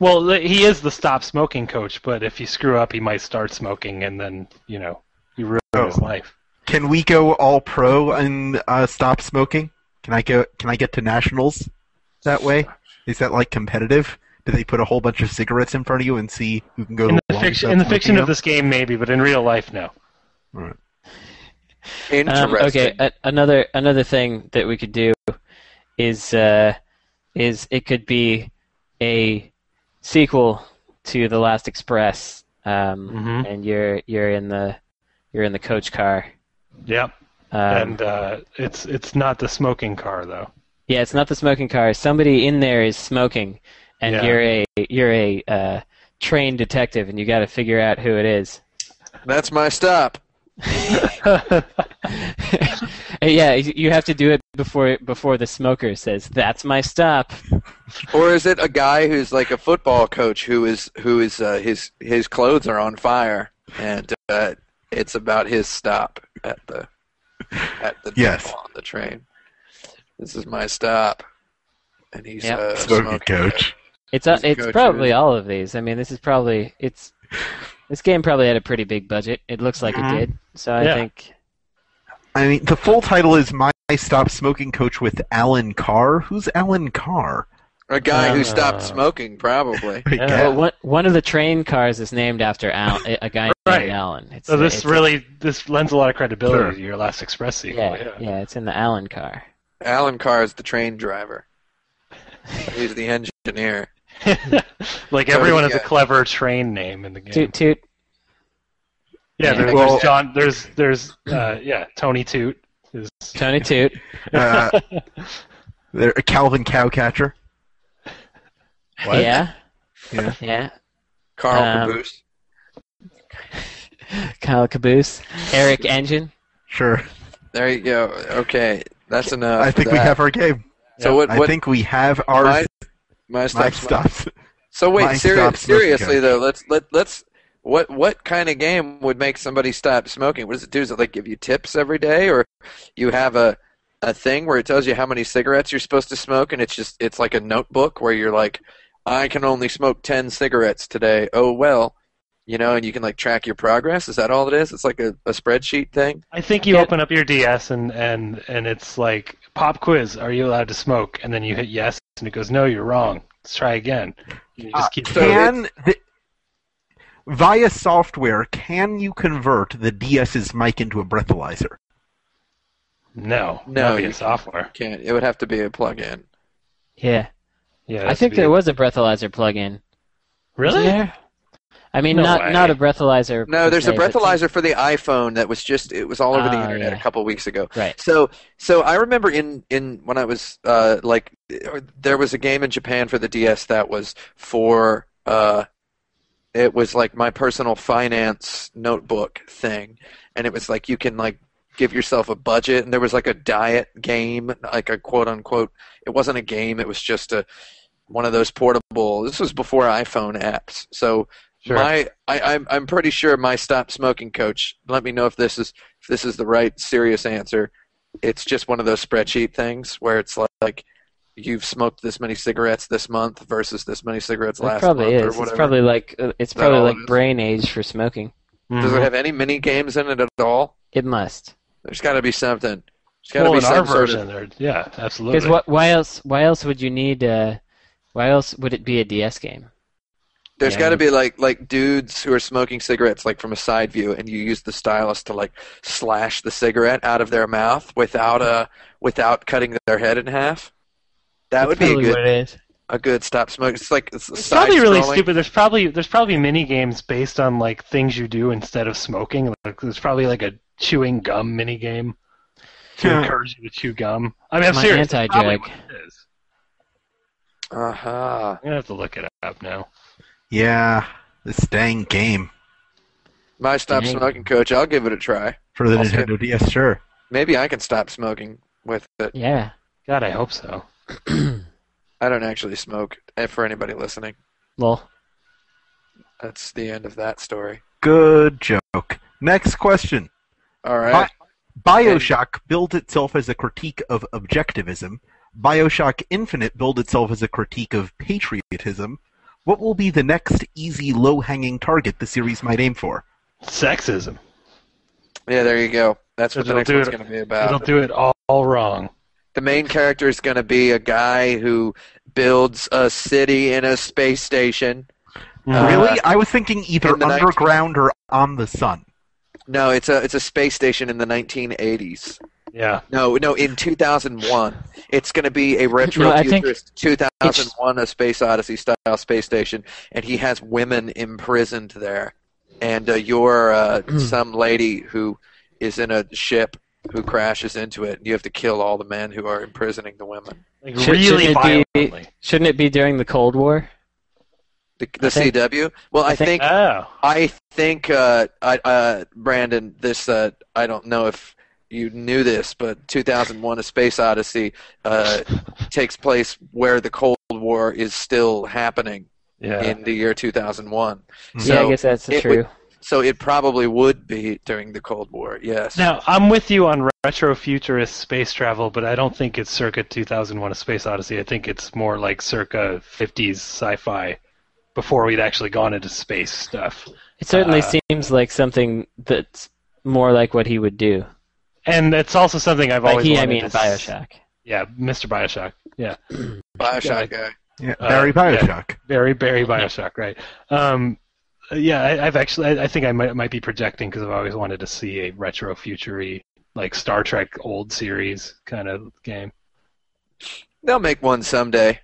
Well, th- he is the stop smoking coach, but if you screw up, he might start smoking, and then you know you ruin
Oh.
his life.
Can we go all pro and uh, stop smoking? Can I go? Can I get to nationals that way? Is that like competitive? Do they put a whole bunch of cigarettes in front of you and see who can go
In
the
the
longest
fiction,
without
in the fiction of
smoking
this game, maybe, but in real life, no.
them? All right.
Interesting.
um, okay. A- another another thing that we could do is uh, is it could be a sequel to The Last Express, um,
Mhm.
and you're you're in the you're in the coach car.
Yep.
Um,
and uh, it's it's not the smoking car though.
Yeah, it's not the smoking car. Somebody in there is smoking, and
Yeah.
you're a you're a uh, trained detective, and you got to figure out who it is. <laughs>
That's my stop.
yeah, you you have to do it before before the smoker says, "That's my stop."
Or is it a guy who's like a football coach who is who is uh, his his clothes are on fire and uh, it's about his stop at the at the
Yes.
on the train. This is my stop, and he's
Yep.
uh,
Smoking coach.
It's uh,
These
it's
coaches.
probably all of these. I mean, this is probably it's this game probably had a pretty big budget. It looks like
Mhm.
it did. So I
Yeah.
think
I mean, the full title is "My Stop Smoking Coach" with Alan Carr. Who's Alan Carr?
A guy who stopped
Ah.
smoking, probably.
I
Yeah.
guess.
well, uh, one one of the train cars is named after Al, a guy
Right.
named Alan. It's,
So this
it's-
really this lends a lot of credibility
Sure.
to your Last Express sequel.
yeah, yeah it's in the Allen car.
Alan Carr is the train driver. He's the engineer.
<laughs> like
So
everyone
he's
has a
got-
clever train name in the game.
Toot toot.
Yeah,
Yeah.
there- there's,
Well-
John. There's there's uh, yeah Tony Toot is
Tony toot.
uh, there, Calvin Cowcatcher.
What?
Yeah.
Yeah.
Yeah.
Carl
Um,
Caboose.
Kyle Caboose. Eric Engine.
Sure.
There you go. Okay, that's enough.
I
of
think we
that.
have our game.
So what?
I
what
think we have our
my, my
my
stop.
stop.
So
Mine
wait, seri-
stopped smoking
seriously
gum.
though, let's let let's what what kind of game would make somebody stop smoking? What does it do? Does it like give you tips every day, or you have a a thing where it tells you how many cigarettes you're supposed to smoke, and it's just it's like a notebook where you're like, I can only smoke ten cigarettes today. Oh well, you know, and you can like track your progress. Is that all it is? It's like a, a spreadsheet thing.
I think you
Yeah.
open up your DS and, and and it's like pop quiz. Are you allowed to smoke? And then you hit yes, and it goes no. You're wrong. Let's try again. And you just
Uh,
keep
so-
can the, via software can you convert the DS's mic into a breathalyzer?
no,
No,
no,
you-
software.
Can't. It would have to be a plug-in.
Yeah.
Yeah,
I
that's
think there
weird.
was a breathalyzer plug-in.
<laughs>
Wasn't
really.
there? I mean,
No
not
way.
not a breathalyzer.
No,
per
there's
se,
a
but some-
breathalyzer for the iPhone that was just it was all over the
Ah,
internet
yeah.
a couple weeks ago.
Right.
So so I remember in in when I was uh like uh, there was a game in Japan for the DS that was for uh it was like my personal finance notebook thing and it was like you can like give yourself a budget and there was like a diet game like a quote unquote it wasn't a game it was just a one of those portable this was before iphone apps so
Sure.
my I, I'm I'm pretty sure my stop smoking coach. Let me know if this is if this is the right serious answer. It's just one of those spreadsheet things where it's like, you've smoked this many cigarettes this month versus this many cigarettes
It
last
probably
month or
is. It's
whatever.
probably like uh, it's
Is that
probably
all it
like
is?
brain age for smoking.
Does
Mm-hmm.
Mhm.
it have any mini games in it at all?
It must.
There's got to be something. There's got to
well,
be
in our
some sort
version,
of.
there, yeah, absolutely.
Because what? Why else? Why else would you need? Uh, why else would it be a DS game?
There's
Yeah.
got to be like like dudes who are smoking cigarettes like from a side view, and you use the stylus to like slash the cigarette out of their mouth without uh without cutting their head in half.
That's
That would be a
probably
good
what it is.
a good stop smoking. It's like it's,
It's
side
probably really
scrolling.
stupid. There's probably there's probably mini games based on like things you do instead of smoking. Like there's probably like a chewing gum mini game to
Yeah.
encourage you to chew gum. I mean, I'm
My
serious. that's probably
anti-drag.
what it is.
Uh-huh.
I'm gonna have to look it up now.
Yeah, this dang game
My stop
Dang.
smoking coach. I'll give it a try.
for the
I'll skip.
Nintendo DS. Sure.
Maybe I can stop smoking with it.
Yeah.
God, I hope so.
I don't actually smoke. eh, For anybody listening,
Well,
that's the end of that story.
Good joke. Next question.
All right.
Bi- Bioshock billed itself as a critique of objectivism. Bioshock Infinite billed itself as a critique of patriotism. What will be the next easy, low-hanging target the series might aim for?
Sexism.
Yeah, there you go. That's what the
It'll
next
do
one's
it.
going to be
It'll
Uh,
about.
do it all, all wrong.
The main character is going to be a guy who builds a city in a space station. Uh,
really? I was thinking either
in the night-
underground or on the sun.
No, it's a it's a space station in the 1980s.
Yeah.
No, no, in 2001. It's going to be a retro
No, I think
futurist 2001 A Space Odyssey style space station, and he has women imprisoned there. And uh,
<clears throat>
you're uh, some lady who is in a ship who crashes into it, and you have to kill all the men who are imprisoning the women.
Like
Should-
really
shouldn't it be-
violently.
shouldn't it be during the Cold War?
The, the
I think-
CW? Well, I,
I think-
think
Oh.
I think uh, I, uh, Brandon, this uh, I don't know if you knew this, but 2001: A Space Odyssey uh, takes place where the Cold War is still happening
<laughs> Yeah.
in the year 2001.
Yeah,
yeah, I
So,
guess that's
it
true.
would- so it probably would be during the Cold War. Yes.
Now, I'm with you on retrofuturist space travel, but I don't think it's circa 2001 A Space Odyssey. I think it's more like circa 50s sci fi before we'd actually gone into space stuff.
It certainly
Uh,
seems like something that's more like what he would do.
And it's also something I've
By
always
he,
wanted
I mean
to s-
Bioshock.
Yeah, Mr. Bioshock. Yeah.
Bioshock guy.
Yeah,
Uh,
Barry
yeah.
Bioshock.
Barry, Barry Bioshock, right. Um, yeah, I, I've actually, I, I think I might, might be projecting because I've always wanted to see a retro futury, like Star Trek old series kind of game.
They'll make one someday.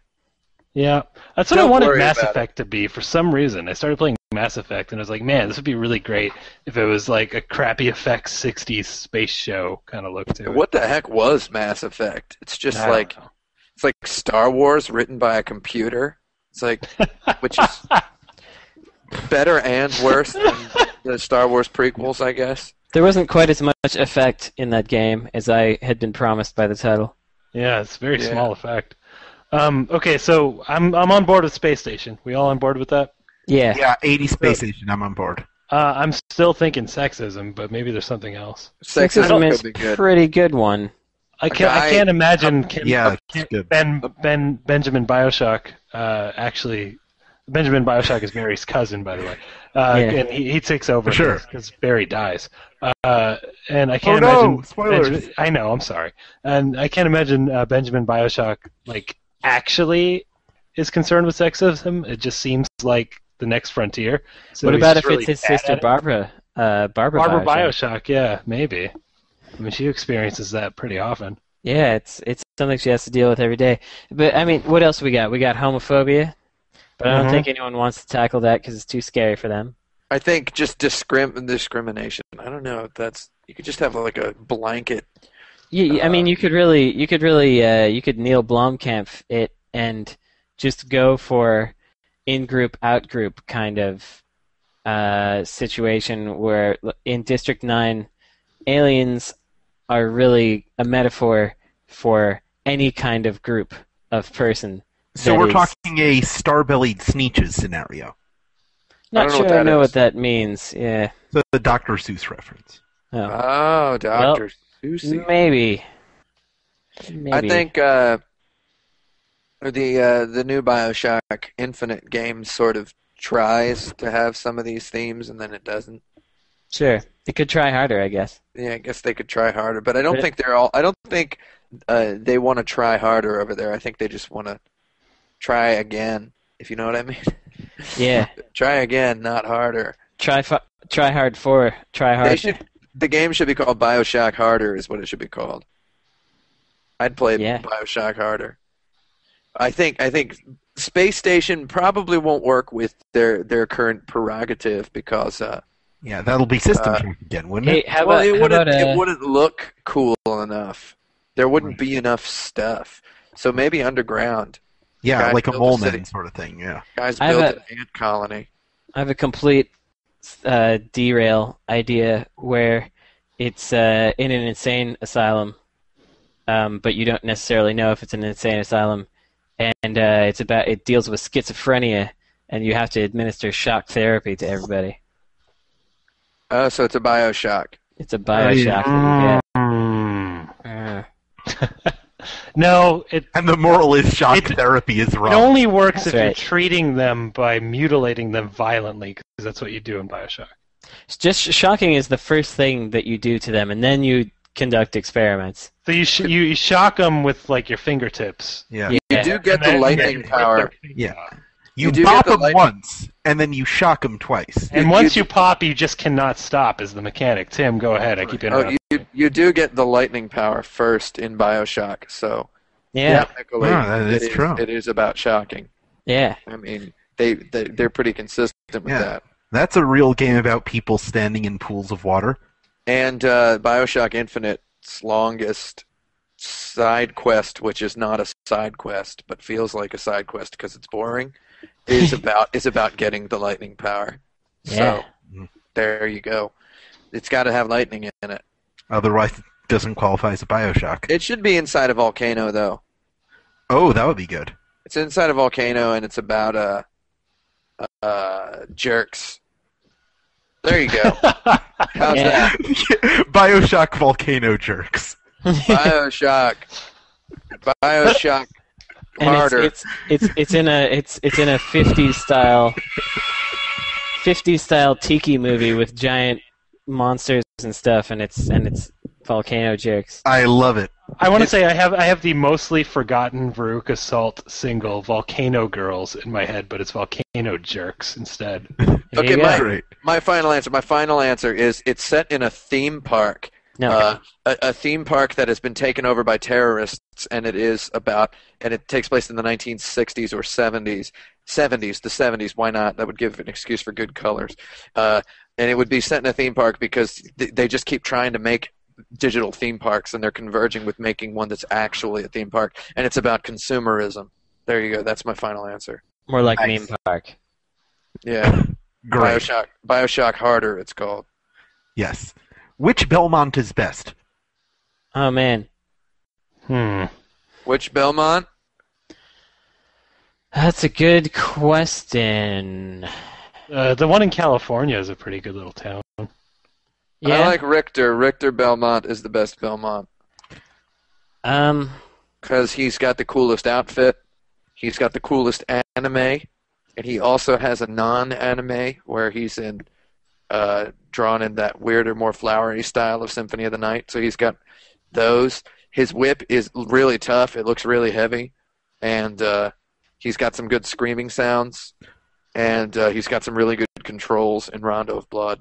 Yeah, that's what I
Don't
wanted
worry
Mass
about it.
Effect to be for some reason. I started playing Mass Effect and I was like, man, this would be really great if it was like a crappy effects 60s space show kind of look to it.
What the heck was Mass Effect? It's just
I don't
like
know.
it's like Star Wars written by a computer. It's like
<laughs>
which is better and worse than the Star Wars prequels, I guess.
There wasn't quite as much effect in that game as I had been promised by the title.
Yeah, it's very
Yeah.
small effect. Um, okay, so I'm I'm on board with Space Station. We all on board with that?
Yeah.
Yeah, 80 Space Station. I'm on board.
Uh, I'm still thinking sexism, but maybe there's something else.
Sexism
Sexism
could
is
be good.
pretty good one.
I can't I
guy-
can't imagine Kim,
Yeah,
Kim-
it's good.
Ben Ben Benjamin Bioshock uh, actually Benjamin Bioshock is Barry's cousin, by the way, uh,
Yeah.
and he, he takes over
Sure.
because Barry dies. Uh, and I
Oh,
can't
no,
imagine.
spoilers.
Benjamin- I know. I'm sorry, and I can't imagine uh, Benjamin Bioshock like actually is concerned with sexism. It just seems like the next frontier. So
what
he's
about
just
if
really
it's his
bad
sister
at it.
Barbara? Uh, Barbara,
Barbara
Bioshock.
Bioshock? Yeah, maybe. I mean, she experiences that pretty often.
Yeah, it's it's something she has to deal with every day. But I mean, what else we got? We got homophobia, but I don't
Mhm.
think anyone wants to tackle that because it's too scary for them.
I think just discrim- discrimination. I don't know. if That's you could just have like a blanket.
You, I mean,
Uh,
you could really, you could really, uh, you could Neil Blomkamp it and just go for in group, out group kind of uh, situation where in District Nine, aliens are really a metaphor for any kind of group of person.
So
That
we're
is-
talking a star-bellied Sneeches scenario.
I
Not
don't know
sure
what
I
that
know
is.
what that means. Yeah.
So the Dr. Seuss reference.
Oh.
Oh, Doctor Susie.
Maybe. Maybe.
I think uh, the uh, the new Bioshock Infinite game sort of tries to have some of these themes, and then it doesn't.
Sure. They could try harder, I guess.
Yeah, I guess they could try harder, but I don't
But-
think they're all. I don't think uh, they want to try harder over there. I think they just want to try again. If you know what I mean, <laughs>
Yeah.
try again, not harder.
Try fa- try hard for try hard.
They should. The game should be called Bioshock Harder, is what it should be called. I'd play
Yeah.
Bioshock Harder. I think. I think Space Station probably won't work with their their current prerogative because uh,
Yeah, that'll be system
Uh,
shock again, wouldn't
Hey,
it?
how
well,
about,
it
how
wouldn't
about, uh,
it wouldn't look cool enough. There wouldn't be enough stuff. So maybe underground
Yeah,
God,
like a
Build a
mole
city.
man sort of thing. Yeah.
guys
I have
built
a-
an ant colony.
I have a complete uh, derail idea where it's uh, in an insane asylum, um, but you don't necessarily know if it's an insane asylum, and uh, it's about it deals with schizophrenia, and you have to administer shock therapy to everybody.
Oh, so it's a Bioshock.
It's a Bioshock. Oh, yeah.
Mm.
Uh,
<laughs> No, it
And the moral is shock
It-
therapy is wrong.
It only works if
That's
you're
right.
treating them by mutilating them violently, because that's what you do in Bioshock.
it's just shocking is the first thing that you do to them, and then you conduct experiments.
So you sh- you shock them with like your fingertips.
yeah.
Yeah.
You do get
And
the
then-
lightning
yeah,
power.
Yeah.
You
You,
do
pop
get the
them
light-
once, and then you shock them twice.
And
You-
once
you-
you pop, you just cannot stop. Is the mechanic? Tim, go ahead. I keep
Oh,
interrupting.
you, you you do get the lightning power first in Bioshock. So
Yeah,
technically,
No, Ah, that is
it is-
true.
It is about shocking.
yeah.
I mean, they, they they're pretty consistent with
Yeah.
that.
That's a real game about people standing in pools of water.
And uh, Bioshock Infinite's longest side quest, which is not a side quest but feels like a side quest because it's boring,
<laughs>
is about is about getting the lightning power.
Yeah.
Mm.
So there you go. It's got to have lightning in it.
Otherwise, it doesn't qualify as a Bioshock.
It should be inside a volcano though.
Oh, that would be good. <laughs>
It's inside a volcano, and it's about uh, uh jerks. There you go. How's
<laughs>
Yeah.
that?
Bioshock volcano jerks.
<laughs>
Bioshock. Bioshock
And it's,
harder.
it's it's it's in a it's it's in a 50s style 50s style tiki movie with giant monsters and stuff and it's and it's volcano jerks.
I love it.
<laughs> I want to
It's-
say I have I have the mostly forgotten Veruca Salt single "Volcano Girls" in my head, but it's "Volcano Jerks" instead.
There
Okay,
you go.
Mike.
Great.
my final answer. My final answer is it's set in a theme park.
No.
Uh, a, a theme park that has been taken over by terrorists, and it is about, and it takes place in the 1960s or 70s. 70s, the 70s, why not? That would give an excuse for good colors. Uh, and it would be set in a theme park because th- they just keep trying to make digital theme parks, and they're converging with making one that's actually a theme park, and it's about consumerism. There you go. That's my final answer.
More like
nice.
meme park.
Yeah.
Great.
Bioshock, Bioshock Harder, it's called.
Yes. Which Belmont is best?
Oh man.
Hmm.
Which Belmont?
That's a good question.
Uh, the one in California is a pretty good little town.
Yeah.
I like Richter. Richter Belmont is the best Belmont.
um
because he's got the coolest outfit, he's got the coolest anime, and he also has a non-anime where he's in uh, drawn in that weirder, more flowery style of Symphony of the Night. So he's got those. His whip is really tough. It looks really heavy, and uh, he's got some good screaming sounds, and uh, he's got some really good controls in Rondo of Blood.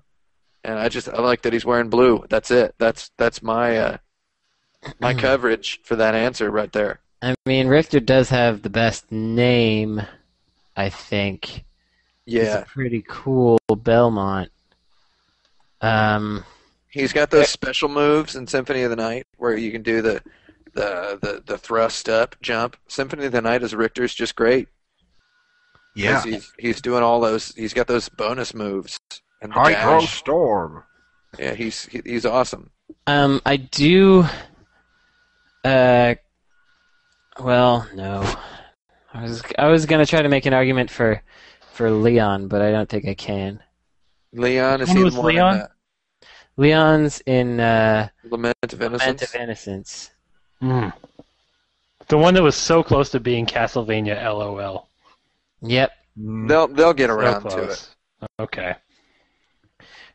And I just I like that he's wearing blue. That's it. That's that's my uh, My coverage for that answer right there.
I mean, Richter does have the best name, I think. It's
Yeah,
a pretty cool Belmont. Um,
he's got those special moves in Symphony of the Night where you can do the the the, the thrust up jump. Symphony of the Night is Richter's just great. 'cause
Yeah.
he's he's doing all those. He's got those bonus moves. And the dash.
Hydro Storm.
Yeah, he's he, he's awesome.
um, I do. Uh, well, no. I was I was gonna try to make an argument for for Leon, but I don't think I can.
Leon is
One
he
was
the one in
Leon?
the
Leon's in uh,
Lament of
Lament
Innocence?
Mm-hmm.
of Innocence. Hmm.
Mm. The one that was so close to being Castlevania LOL.
Yep.
Mm.
They'll they'll get
So
around to it.
close. Okay.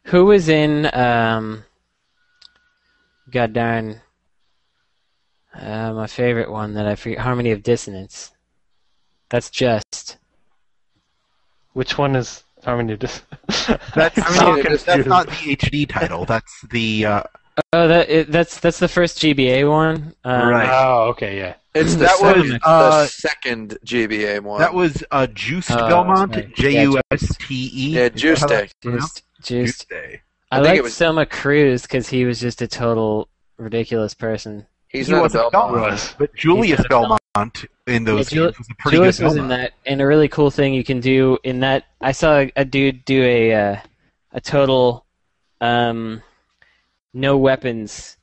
Who was in um God darn uh, my favorite one that I forget Harmony of Dissonance. That's just.
Which one is Harmony of
<laughs>
Oh, Dis- <laughs>
That's
I'm
not,
really
that's
confused.
not the HD title. That's the uh,
Oh, that it, that's that's the first GBA one. Um,
Right.
Oh, okay, yeah.
It's the,
That was,
second,
uh,
the second GBA one.
that was uh, Juiced
Uh, sorry.
Belmont. J
Yeah,
U S T E.
yeah, Juice Day.
Just,
Juiced
just.
Day.
I,
I think
liked
it was-
Selma Cruz because he was just a total ridiculous person.
He's
He
not a
wasn't a
Belmont.
Belmont.
Was.
But Julius
not a
Belmont in those
Yeah, Ju-
games was a pretty
Julius
good
was
Belmont.
in that, and a really cool thing you can do in that. I saw a, a dude do a uh, a total um, no weapons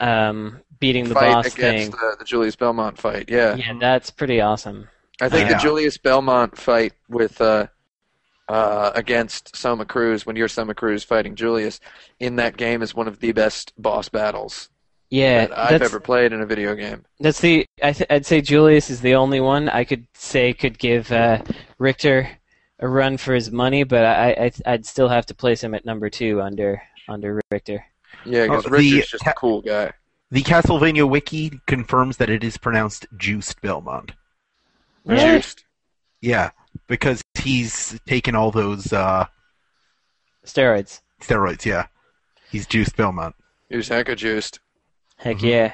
um, beating the
fight
boss
against
thing.
The, the Julius Belmont fight. Yeah,
Yeah, that's pretty awesome.
I think
Yeah.
the Julius Belmont fight with uh, uh, against Soma Cruz when you're Soma Cruz fighting Julius in that game is one of the best boss battles
Yeah,
that I've
that's
ever played in a video game.
that's the. I th- I'd say Julius is the only one I could say could give uh, Richter a run for his money, but I, I I'd still have to place him at number two under under Richter.
Yeah, because
Oh, the-
Richard's just a cool guy.
The Castlevania Wiki confirms that it is pronounced Juiced Belmont.
Yeah.
Juiced.
Yeah, because he's taken all those uh,
Steroids.
steroids. Yeah, he's Juiced Belmont.
He was hecka juiced.
Heck
Mhm.
yeah.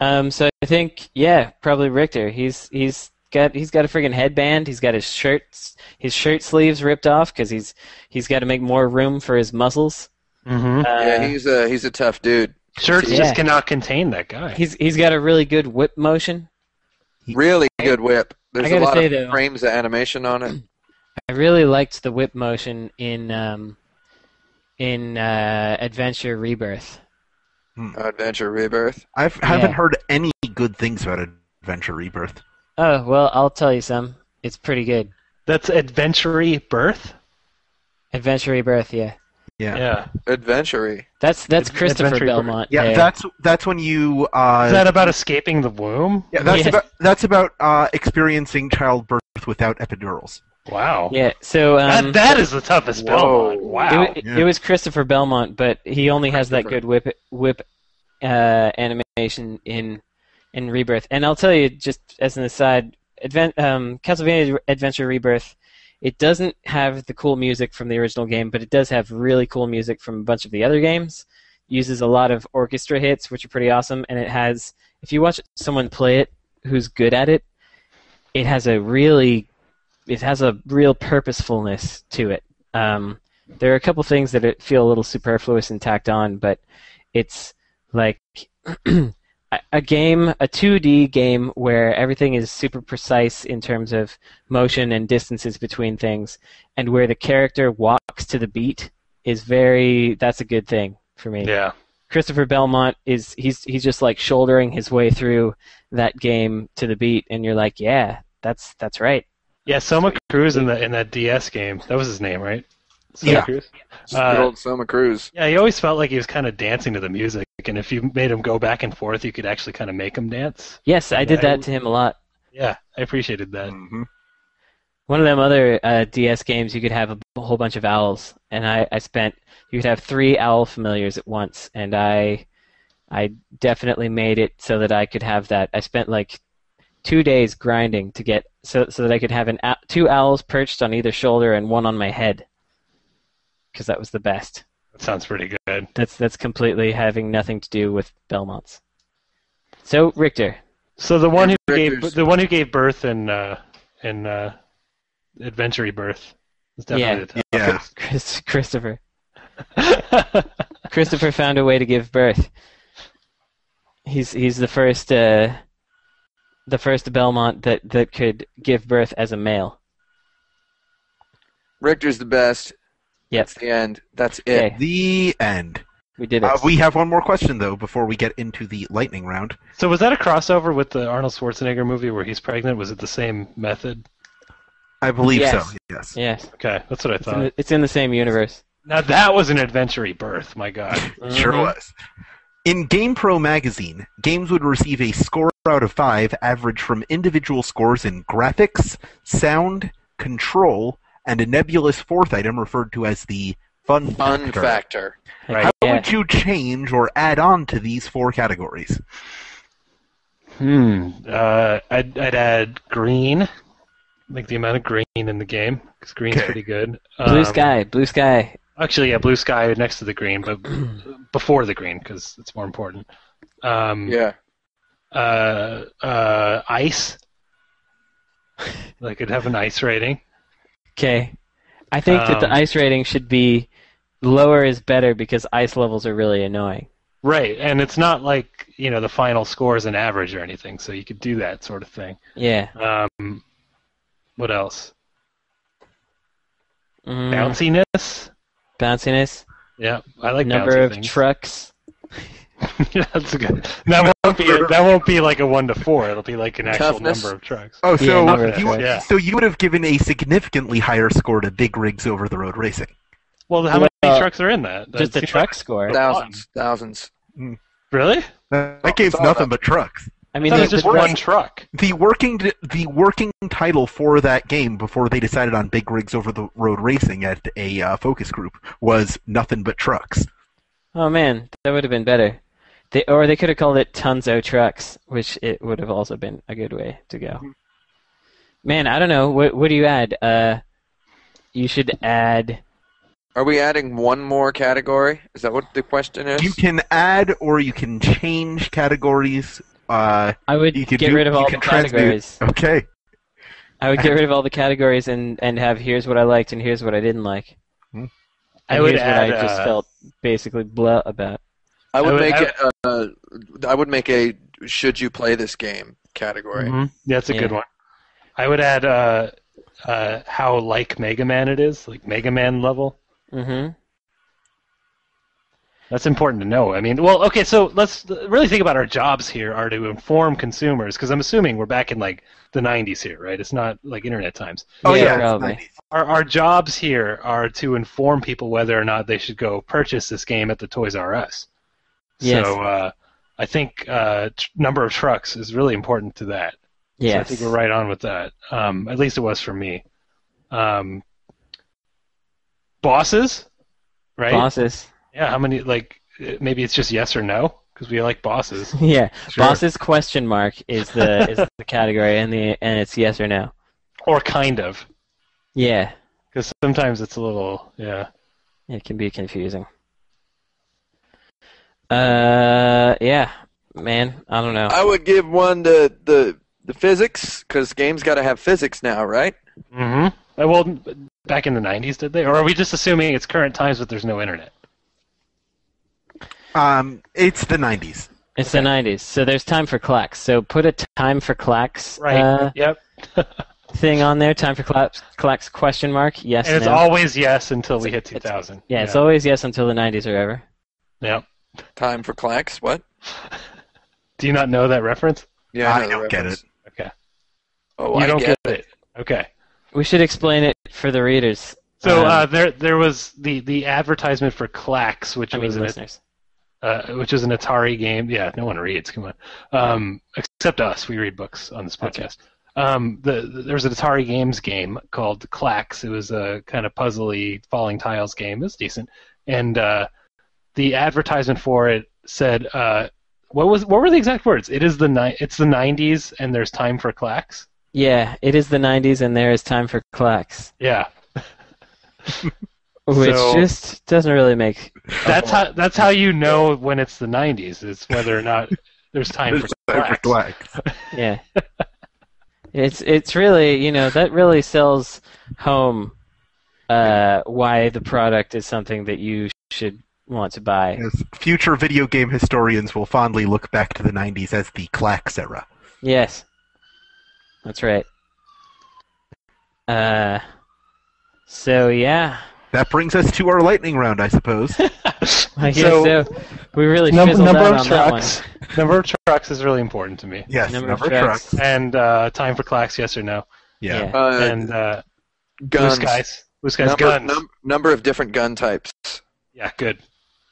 Um, so I think yeah, probably Richter. He's he's got he's got a friggin' headband. He's got his shirt his shirt sleeves ripped off because he's he's got to make more room for his muscles.
Mm-hmm.
Uh,
yeah, he's a he's a tough dude.
Shirts
Yeah.
just cannot contain that guy.
he's he's got a really good whip motion.
Really good whip. There's a
gotta
lot
say,
of
though-
frames of animation
<clears throat>
on it.
I really liked the whip motion in um, in uh, Adventure Rebirth.
Adventure Rebirth.
I haven't
Yeah.
heard any good things about Adventure Rebirth.
Oh well, I'll tell you some. It's pretty good.
That's Adventure Birth?
Adventure Rebirth, yeah.
Yeah.
Yeah.
Adventure.
That's that's
Ad-
Christopher
Adventure Rebirth.
Belmont.
Yeah,
there.
that's that's when you. Uh,
Is that about escaping the womb?
yeah, that's
Yeah.
about that's about uh, experiencing childbirth without epidurals.
Wow.
yeah. So um,
that, that is the toughest
Whoa.
Belmont.
It,
Wow.
wa-
Yeah.
it was Christopher Belmont, but he only has that
Christopher.
good whip whip uh, animation in in Rebirth. And I'll tell you, just as an aside, Advent, um, Castlevania Adventure Rebirth, it doesn't have the cool music from the original game, but it does have really cool music from a bunch of the other games. Uses a lot of orchestra hits, which are pretty awesome, and it has. If you watch someone play it who's good at it, it has a really, it has a real purposefulness to it. Um, there are a couple things that it feel a little superfluous and tacked on, but it's like <clears throat> a a game, a 2D game where everything is super precise in terms of motion and distances between things, and where the character walks to the beat is very. That's a good thing for me.
Yeah.
Christopher Belmont is he's he's just like shouldering his way through that game to the beat, and you're like, yeah, that's that's right.
Yeah, Soma Cruz in the in that DS game. That was his name, right? Soma
Yeah.
Cruz?
Just good
Uh,
old Soma Cruz.
Yeah, he always felt like he was kind of dancing to the music, and if you made him go back and forth, you could actually kind of make him dance.
Yes, I did
I
that
would-
to him a lot.
Yeah, I appreciated that.
Mm-hmm.
One of them other uh, DS games, you could have a b- whole bunch of owls, and I, I spent you could have three owl familiars at once, and I I definitely made it so that I could have that. I spent like two days grinding to get so so that I could have an ow- two owls perched on either shoulder and one on my head, because that was the best.
That sounds pretty good.
That's that's completely having nothing to do with Belmonts. So Richter, <laughs>
So the one who
Andrew
gave
Richter's-
the one who gave birth in uh, in uh, Adventure Birth is definitely
Yeah.
Chris, Christopher,
the toughest.
Christopher found a way to give birth. He's he's the first uh, the first Belmont that that could give birth as a male.
Richter's the best.
Yep,
That's the end. That's it.
Okay.
The end.
we did it.
Uh, we have one more question though before we get into the lightning round.
<laughs> so was that a crossover with the Arnold Schwarzenegger movie where he's pregnant? Was it the same method?
I believe
Yes.
so. Yes.
yes,
Okay, that's what I
it's in,
thought.
the, it's in the same universe.
Now that was an Adventure Birth. My God.
Sure
Mhm.
was. In GamePro magazine, games would receive a score out of 5 averaged from individual scores in graphics, sound, control, and a nebulous fourth item referred to as the fun,
Fun
factor.
factor.
Heck
Right.
How
yeah.
would you change or add on to these four categories?
Hmm. Uh, I'd, I'd add green, like the amount of green in the game, because green's
Okay.
pretty good.
Blue
Um,
sky, blue sky.
Actually, yeah, blue sky next to the green, but <clears throat> before the green, because it's more important. Um,
Yeah.
uh, uh, ice. <laughs> like it'd have an ice rating.
Okay, I think that the
Um,
ice rating should be lower is better because ice levels are really annoying.
Right, and it's not like you know the final score is an average or anything, so you could do that sort of thing.
Yeah.
Um, what else?
Mm,
Bounciness.
bounciness.
Yeah, I like
number
bouncy
of
things.
trucks.
<laughs> That's good. That won't be that won't be like a one to four. It'll be like an actual
Toughness.
number of trucks.
Oh, so
Yeah, number-
you
yeah.
so you would have given a significantly higher score to Big Rigs over the road racing.
Well, uh, how
Well,
many trucks are in that?
Just the
That's-
truck score.
Thousands. Thousands.
Really?
That game's
it's all
nothing
about-
but trucks.
I
I
mean,
mean,
the,
was just
the-
one truck.
the working the working title for that game before they decided on big rigs over the road racing at a uh, focus group was nothing but trucks.
oh man, that would have been better. They, or they could have called it Tunzo Trucks, which it would have also been a good way to go.
Mm-hmm.
Man, I don't know. What, what do you add? Uh, you should add.
Are we adding one more category? Is that what the question is?
You can add or you can change categories. Uh,
I would
You could
get
do-
rid of
you
all the
could transmute-
categories.
okay,
I would get rid of
<laughs>
all the categories and, and have here's what I liked and here's what I didn't like.
Hmm.
And
I would
here's
add,
what I just
uh,
felt basically blah about.
I would
I would-
make
I
it. Uh, I would make a should you play this game category.
Mhm. Yeah, that's a good
Yeah.
one. I would add uh, uh, how like Mega Man it is, like Mega Man level.
hmm
That's important to know. I mean, well, okay, so let's uh, really think about our jobs here are to inform consumers, because I'm assuming we're back in like the 90s here, right? It's not like internet times.
oh
Yeah,
yeah, it's
probably.
90s.
Our, our jobs here are to inform people whether or not they should go purchase this game at the Toys R Us.
Yes.
So uh, I think uh, tr- number of trucks is really important to that. So I
Yes.
think we're right on with that. Um, at least it was for me. Um, bosses, right?
Bosses. <laughs>
Yeah. How many? Like uh, maybe it's just yes or no because we like bosses.
Yeah.
Sure.
<laughs> Bosses question mark is
<laughs>
the is the category and the and it's yes or no.
Or kind of
Yeah.
because sometimes it's a little yeah.
It can be confusing. Uh yeah. Man, I don't know.
I would give one to the the physics because games got to have physics now, right?
Mm-hmm. Uh, well, back in the '90s, did they? Or are we just assuming it's current times, but there's no internet?
Um, it's the 90s.
it's the nineties. So there's time for clacks. So put a time for clacks
Right.
uh,
yep.
thing on there. Time for clacks clacks question mark. Yes.
And it's
no.
always yes until we hit 2000.
yeah, it's always yes until the nineties are over.
yeah.
Time for clacks. What?
Do you not know that reference?
Yeah,
I
know the
don't get
reference.
it.
Okay.
Oh,
you
I
don't
get, it.
Okay.
We should explain it for the readers.
So
Um,
uh, there, there was the, the advertisement for Clax, which
I mean
was an,
listeners.
uh, which is an Atari game. Yeah, no one reads. Come on, um, except us. We read books on this podcast. Um, the, the- there was an Atari Games game called Clax. It was a kind of puzzly falling tiles game. It was decent, and uh, the advertisement for it said, uh, "What was? What were the exact words? It is the ni- It's the '90s, and there's time for Clax."
Yeah, it is the nineties and there is time for clacks.
Yeah,
Which
So-
just doesn't really make.
That's how that's how you know when it's the 90s is whether or not There's time
There's
for
time for
slacks.
slacks.
Yeah. it's it's really you know that really sells home uh, why the product is something that you should want to buy.
Yes, future video game historians will fondly look back to the 90s as the Clacks era.
Yes. That's right. Uh, so yeah,
That brings us to our lightning round, I
<laughs>
suppose.
I guess
So-
so. We really
Num-
fizzled
number
out
of
on that one.
trucks. Number of trucks is really important to me.
Yes,
Number
number,
of
of
trucks.
trucks.
And uh, time for clacks, yes or no?
Yeah.
Yeah.
Uh,
and uh,
guns.
blue skies, blue skies,
Number,
guns.
num- number of different gun types.
yeah, good.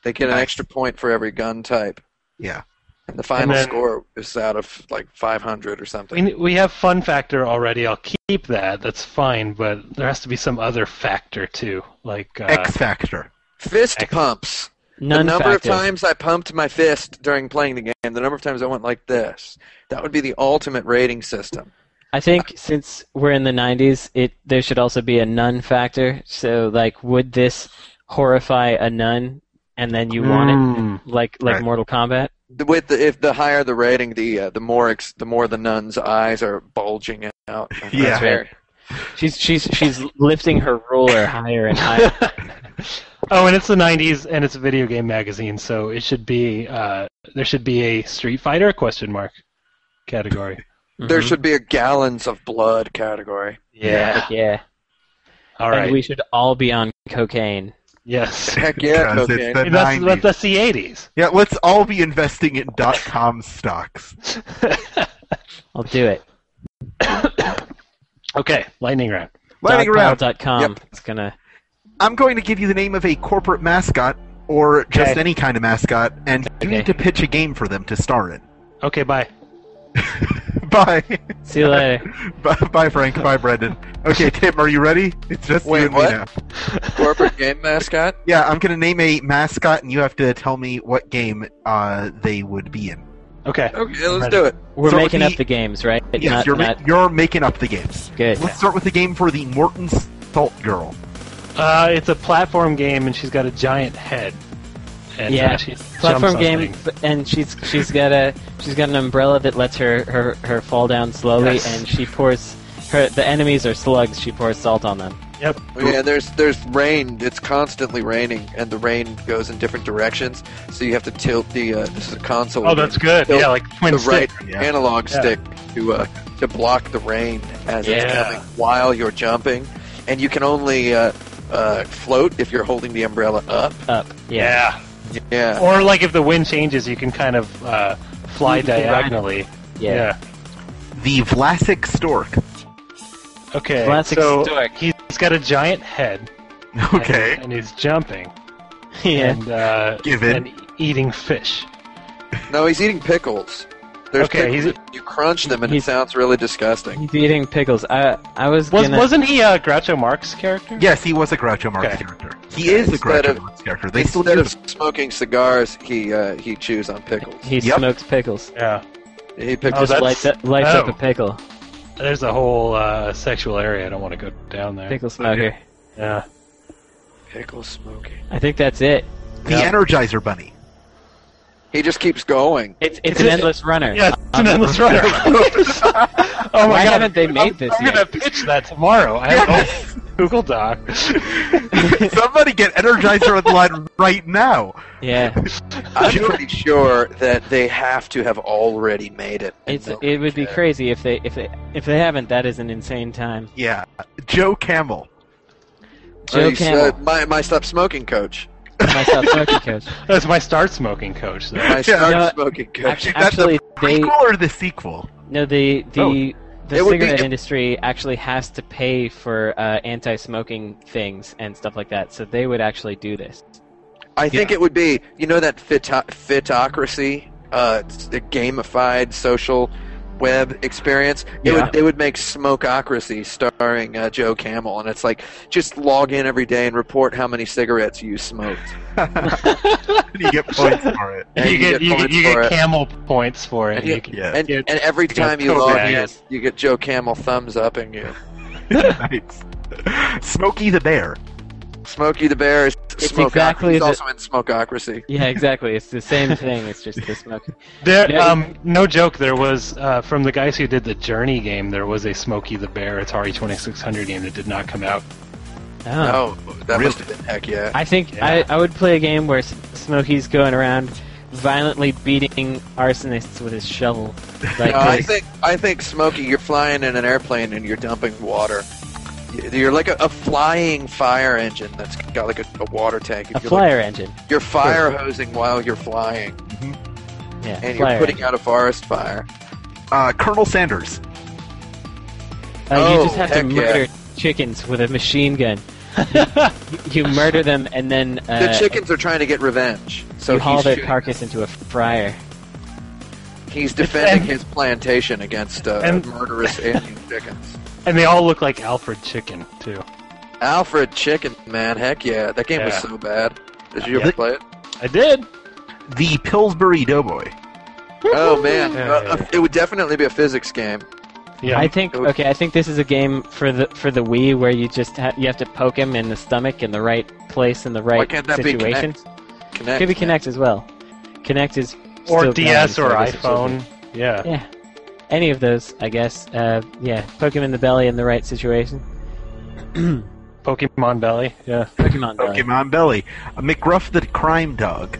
They get an
Nice.
extra point for every gun type.
Yeah.
And the final
then-
score is out of like 500 or something.
We, we have fun factor already. I'll keep that. That's fine, but there has to be some other factor too, like uh,
X Factor.
Fist
X.
pumps.
None
the number
factor.
of times I pumped my fist during playing the game, the number of times I went like this. That would be the ultimate rating system.
I think since we're in the 90s, it there should also be a nun factor. So like, would this horrify a nun, and then you want <laughs>
Hmm.
Mm.
it like like
Right.
Mortal Kombat?
The- With the, if the higher the rating, the uh, the more ex, the more the nun's eyes are bulging out.
<laughs> Yeah.
That's very-
She's she's she's lifting her ruler higher
<laughs>
and higher.
oh, and it's the '90s, and it's a video game magazine, so it should be uh, there should be a Street Fighter question mark
<laughs>
category.
There
Mm-hmm.
Mhm.
should be a gallons of blood category.
Yeah.
yeah,
All
and
right.
we should all be on cocaine.
<laughs>
yes.
Heck yeah,
Because
cocaine.
it's the
That's,
90s.
that's, that's the '80s.
Yeah, let's all be investing in dot com stocks.
I'll do it.
<laughs> okay, lightning round.
Lightning round.
Dogpile.com. It's gonna.
I'm going to give you the name of a corporate mascot or just
Okay.
any kind of mascot, and you
Okay.
need to pitch a game for them to star in. <laughs>
Okay, bye.
Bye. <laughs>
See you later.
bye, bye, Frank. Bye, Brendan. Okay, Tim, are you ready? It's just
Wait,
you and
what?
me now.
Corporate game mascot.
Yeah, I'm going to name a mascot, and you have to tell me what game uh, they would be in.
Okay.
Okay, let's
Ready.
do it.
We're
So it would
making up
be-
the games, right?
Yes,
not,
you're, ma-
not
you're making up the games.
good.
Let's start with the game for the Morton Salt Girl.
Uh, it's a platform game, and she's got a giant head. And
Yeah.
uh, she
platform
jumps on
game,
things.
but- and she's she's got a she's got an umbrella that lets her her, her fall down slowly,
Yes.
and she pours her the enemies are slugs. She pours salt on them.
Yep.
Oh, Yeah, there's there's rain. It's constantly raining, and the rain goes in different directions. So you have to tilt the. Uh, this is a console.
Oh,
game.
that's good.
Tilt
Yeah, like twin
the
stick.
right
Yeah.
analog
Yeah.
stick to uh, to block the rain as it's
Yeah.
coming while you're jumping, and you can only uh, uh, float if you're holding the umbrella up.
Up, yeah,
Yeah.
Yeah,
Or like if the wind changes, you can kind of uh, fly
You can ride it.
diagonally.
yeah.
The Vlasic Stork.
Okay.
Classic
so
stork.
he's got a giant head. and-
Okay.
And, he's jumping
<laughs> Yeah.
and uh,
Give it.
and e- eating fish.
no, he's eating pickles. There's
Okay,
pickles.
he's-
you crunch them, and it
He's-
sounds really disgusting.
He's eating pickles. I I was,
Was
gonna.
wasn't he uh, Groucho Marx character?
Yes, he was a Groucho Marx
Okay.
character. He is a
Instead
Groucho
of-
Marx character. They still
Instead
do
of smoking cigars, he uh, he chews on pickles.
he
Yep.
smokes pickles.
Yeah.
He
Oh,
pickles.
that's-
lights up, lights up
oh.
a pickle.
There's a whole uh, sexual area. I don't want to go down there.
Pickle smoker.
Yeah.
pickle smoking.
I think that's it.
the
Yeah.
Energizer Bunny.
He just
<laughs>
keeps going.
It's
Is
it's an
it-
endless runner.
Yeah, it's <laughs> an endless runner. <laughs> oh my
Why
god!
haven't they made
I'm,
this
I'm gonna
yet?
pitch that tomorrow. I have
Yes.
<laughs> a Google Doc.
<laughs> Somebody get Energizer on the line right now.
Yeah.
<laughs>
I'm pretty sure that they have to have already made it.
It's
And
it would be
they'll-
crazy if they if they if they haven't. That is an insane time.
Yeah. Joe Camel.
Joe
He's, uh,
Camel,
my my stop smoking coach.
my South
<laughs>
Park coach.
That's my start smoking coach. Though.
I
Yeah.
start
You know,
smoking
Act-
coach.
that's
Actually,
<laughs>
they
Prequel or the sequel?
no the the
Oh.
the
It would be-
cigarette industry actually has to pay for uh, anti-smoking things and stuff like that. So they would actually do this.
I think it would be you know that fito- fitocracy, uh, s- the gamified social web experience. It
Yeah.
would they would make smokeocracy starring uh, Joe Camel, and it's like just log in every day and report how many cigarettes you smoked.
you get points for
<laughs>
it.
And
you, get, you, get
points
you
for
get
it.
camel points for it.
Yeah.
You can-
Yeah.
and,
Yeah.
and every
got
time you
Coke
log in,
ads.
you get Joe Camel thumbs upping you.
Nice. Smokey the Bear.
Smokey the Bear is
It's
Smokeoc-
exactly
He's
the-
also in Smokeocracy.
Yeah, exactly. It's the same thing. It's just the smoke.
<laughs> There,
Yeah.
um, no joke. There was uh, from the guys who did the Journey game. There was a Smokey the Bear Atari 2600 game that did not come out.
Oh.
Oh, that
Really?
must have been heck yeah.
I think
Yeah.
I, I would play a game where S- Smokey's going around violently beating arsonists with his
<laughs>
shovel. Like,
No, Oh, I
this.
think I think Smokey, you're flying in an airplane and you're dumping water. You're like a, a flying fire engine that's got like a, a water tank.
a
You're like-
flyer engine.
you're fire hosing while you're flying,
Yeah,
and
flyer
you're putting
engine.
out a forest fire.
Uh, Colonel Sanders.
Uh, you
Oh,
just have to
heck yeah.
murder chickens with a machine
<laughs>
gun. you murder them and then uh,
the chickens are trying to get revenge, so
you haul
he's,
their
shooting-
carcass into a fryer.
he's defending
and-
his plantation against uh,
and-
murderous alien chickens.
And they all look like Alfred Chicken too.
Alfred Chicken, man, heck yeah, that game was
Yeah.
so bad. Did you
Yeah.
ever play it?
I did.
The Pillsbury Doughboy.
Oh man,
Yeah,
Uh,
yeah.
it would definitely be a physics game.
Yeah.
I think
Okay.
okay. I think this is a game for the for the Wii where you just ha- you have to poke him in the stomach in the right place in the right
can't that be
situation.
Connect,
Could be
man.
Connect as well. Connect is
or
still
DS or
valid, so this will be-
iPhone. Yeah.
Yeah, any of those, I guess. Uh, yeah, poke him in the belly in the right situation.
Pokemon Belly. Yeah.
Pokemon belly.
Pokemon Belly. Uh, McGruff the Crime Dog.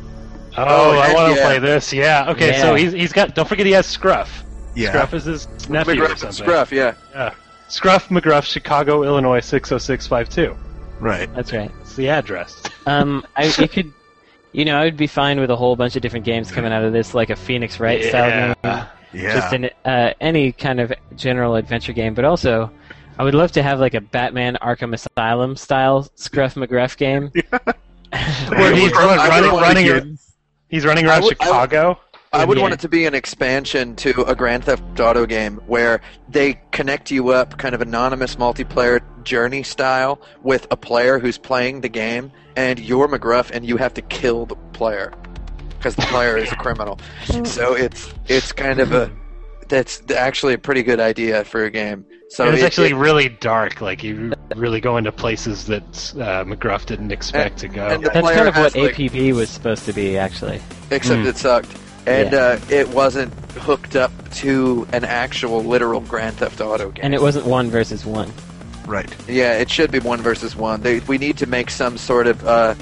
Oh, I
heck
want to
yeah.
play this. Yeah. Okay.
Yeah.
So he's he's got. Don't forget he has Scruff.
Yeah.
Scruff is his nephew or
McGruff and
something.
Scruff, yeah.
Yeah. Scruff McGruff, Chicago, Illinois, six zero six five two.
Right.
That's right.
That's the
<laughs>
address.
Um, I you could, you know, I would be fine with a whole bunch of different games coming out of this, like a Phoenix Wright style game,
Yeah.
Yeah.
just an, uh, any kind of general adventure game. But also, I would love to have like a Batman Arkham Asylum style Scruff McGruff game.
Where he's
I would
running,
want
running,
to
he's running around
I would- I would-
Chicago.
I would
Yeah.
want it to be an expansion to a Grand Theft Auto game where they connect you up, kind of anonymous multiplayer journey style, with a player who's playing the game, and you're McGruff, and you have to kill the player because the
<laughs>
player is a criminal. So it's it's kind of a that's actually a pretty good idea for a game. So
And it's
it-
actually
it-
really dark. Like you really go into places that uh, McGruff didn't expect to go.
and the
That's
player
kind of
has,
what
like-
APB was supposed to be, actually.
except
Mm.
it sucked. And uh, it wasn't hooked up to an actual literal Grand Theft Auto game.
And it wasn't one versus one.
right.
Yeah, it should be one versus one. They, we need to make some sort of uh,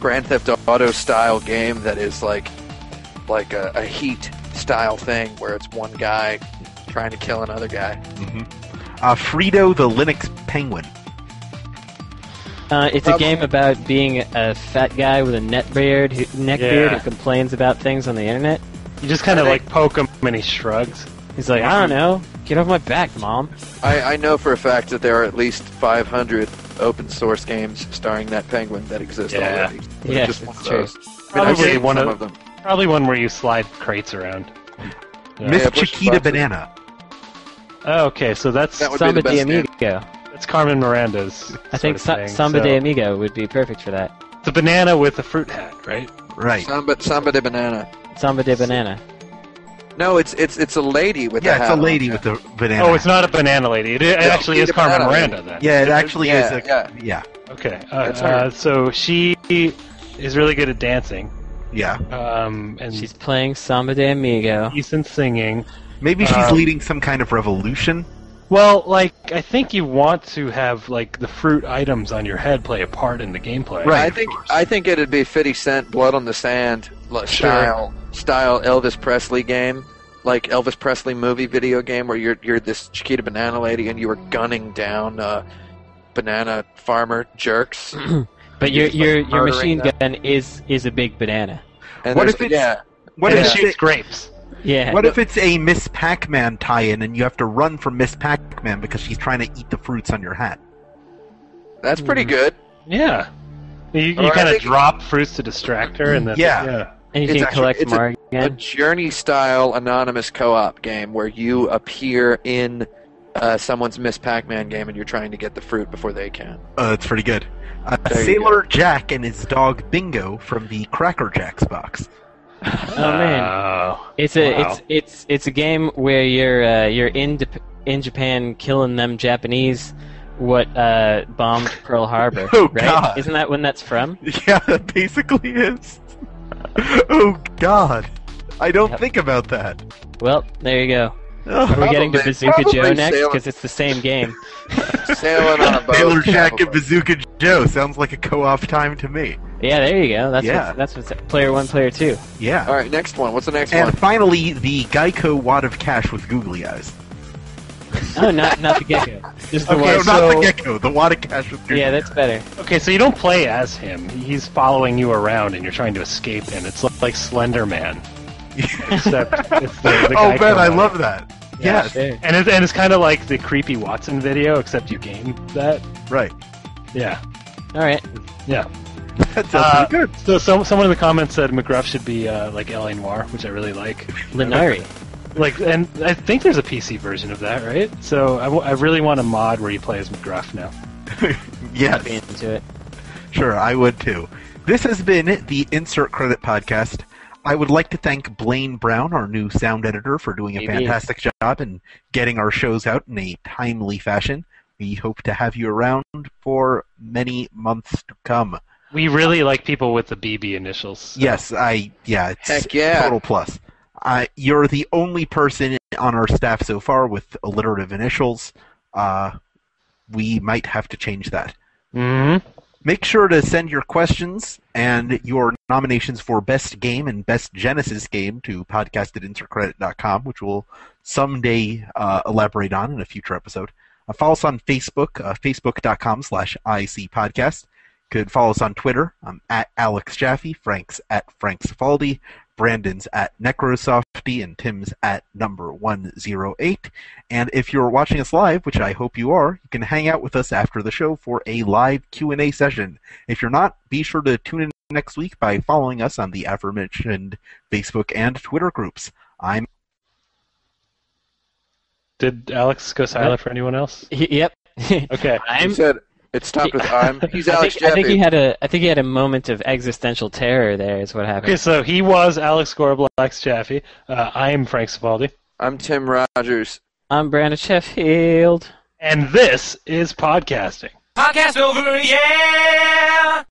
Grand Theft Auto style game that is like like a, a Heat style thing where it's one guy trying to kill another guy.
Uh, Frito the Linux Penguin.
Uh, it's
Probably-
a game about being a fat guy with a neck beard who, neck
Yeah.
beard who complains about things on the internet.
You just kind of
I
like
think-
poke him and he shrugs.
He's like, I don't know, get off my back, mom.
I, I know for a fact that there are at least 500 open source games starring that penguin that exist
Yeah.
already. But
Yes,
just one
it's
of
true.
those. I mean, I've
Probably
seen
one
some
of,
of them.
probably one where you slide crates around. Yeah.
Miss
Yeah, push
Chiquita
the button.
Banana.
Oh, okay, so that's
That would be
Samba
the best
de
game.
Amigo.
that's Carmen Miranda's.
I think
sort
Sa-
of thing,
Samba
so-
de Amigo would be perfect for that.
The banana with the fruit hat, right?
Right.
Samba, Samba de Banana.
Samba de Banana.
No, it's it's it's a lady with a
Yeah,
hat
it's a
on.
lady with the banana.
Oh, it's not a banana lady. It, it
No,
actually
she's
is
a
Carmen
banana lady.
Miranda then.
Yeah, it actually
Yeah,
is. A,
yeah.
yeah.
Okay. Uh,
That's her.
uh, so she is really good at dancing,
Yeah.
um, and
She's
she's
playing Samba de Amigo.
decent singing.
Maybe she's
Um,
leading some kind of revolution.
Well, like I think you want to have like the fruit items on your head play a part in the gameplay.
Right.
I
of
think
course.
I think it'd be Fifty Cent, Blood on the Sand like,
Sure.
style style Elvis Presley game, like Elvis Presley movie video game where you're you're this Chiquita Banana Lady and you were gunning down uh, banana farmer jerks. And
But
You're
your
just, like,
your your
murdering
machine gun is is a big banana.
What
there's-
if it's-
yeah?
What
and
if
it
Yeah.
it's
shoots grapes.
Yeah.
What if it's a Miss Pac-Man tie-in and you have to run from Miss Pac-Man because she's trying to eat the fruits on your hat?
That's
Hmm.
pretty good.
Yeah. You, you
Or I
kind of
think-
drop fruits to distract her, and then
Yeah.
and you
it's
can
actually-
collect
it's a-
more
A
again.
journey style anonymous co-op game where you appear in uh, someone's Miss Pac-Man game and you're trying to get the fruit before they <laughs> can.
Uh, it's pretty good. Uh,
There you
Sailor Jack and his dog Bingo from the Cracker Jacks box.
oh man.
Oh.
It's a
Wow.
it's uh, it's it's a game where you're uh, you're in Dep- in Japan killing them Japanese what uh, bombed Pearl Harbor,
Oh,
right?
God.
Isn't that when that's from?
<laughs> Yeah, that basically is. <laughs> oh God, I don't
Yep.
think about that.
Well, there you go.
Oh,
Are we getting to
Probably-
Bazooka Joe
probably
next?
Salem.
Because it's the same game.
Sailing on a boat.
Sailor Jack and Bazooka Joe sounds like a co-op time to me.
Yeah, there you go. That's
Yeah.
what's, that's what's player one, player two.
Yeah.
All right, next one. What's the next
And
one?
finally, the Geico wad of cash with googly eyes.
No, Oh, not not the gecko. Just the
Okay,
one.
no, not the
so-
gecko. The wad of cash with googly
Yeah, that's better.
Okay, so you don't play as him. He's following you around, and you're trying to escape him. It's like, like Slender Man,
<laughs>
except it's the, the
oh
Geico
man, I
one.
love that.
Yeah,
yes,
sure.
And it, and it's kind of like the creepy Watson video, except you game that.
right.
Yeah,
All right.
yeah.
That sounds
Uh,
pretty good.
So some, someone in the comments said McGruff should be uh, like L.A. Noir, which I really like.
Linari.
Like, and I think there's a PC version of that, right? So I, w- I really want a mod where you play as McGruff now.
Yes,
Be into it.
sure, I would too. This has been the Insert Credit Podcast. I would like to thank Blaine Brown, our new sound editor, for doing a
Maybe.
fantastic job and getting our shows out in a timely fashion. We hope to have you around for many months to come.
We really like people with the BB initials. so-
Yes, I yeah, it's
Heck yeah.
total plus. Uh, you're the only person on our staff so far with alliterative initials. Uh, we might have to change that.
Mhm.
Make sure to send your questions and your nominations for best game and best Genesis game to podcast at intercredit.com, which we'll someday uh, elaborate on in a future episode. Uh, follow us on Facebook, uh, facebook.com slash IC podcast. Could follow us on Twitter. I'm at Alex Jaffe, Frank's at Frank Cifaldi, Brandon's at Necrosofty, and Tim's at number 108. And if you're watching us live, which I hope you are, you can hang out with us after the show for a live Q&A session. If you're not, be sure to tune in next week by following us on the aforementioned Facebook and Twitter groups. I'm
Did Alex go silent for anyone else?
Y- Yep. <laughs>
Okay.
He
I'm.
said it stopped with
<laughs>
I'm. He's
I
Alex
think, I think he
Jaffe.
had a. I think he had a moment of existential terror. There is what happened.
Okay, so he was Alex Gorblax Jaffe. Uh, I am Frank Sapaldi.
I'm Tim Rogers.
I'm Brandon Sheffield.
And this is podcasting.
Podcast over, yeah!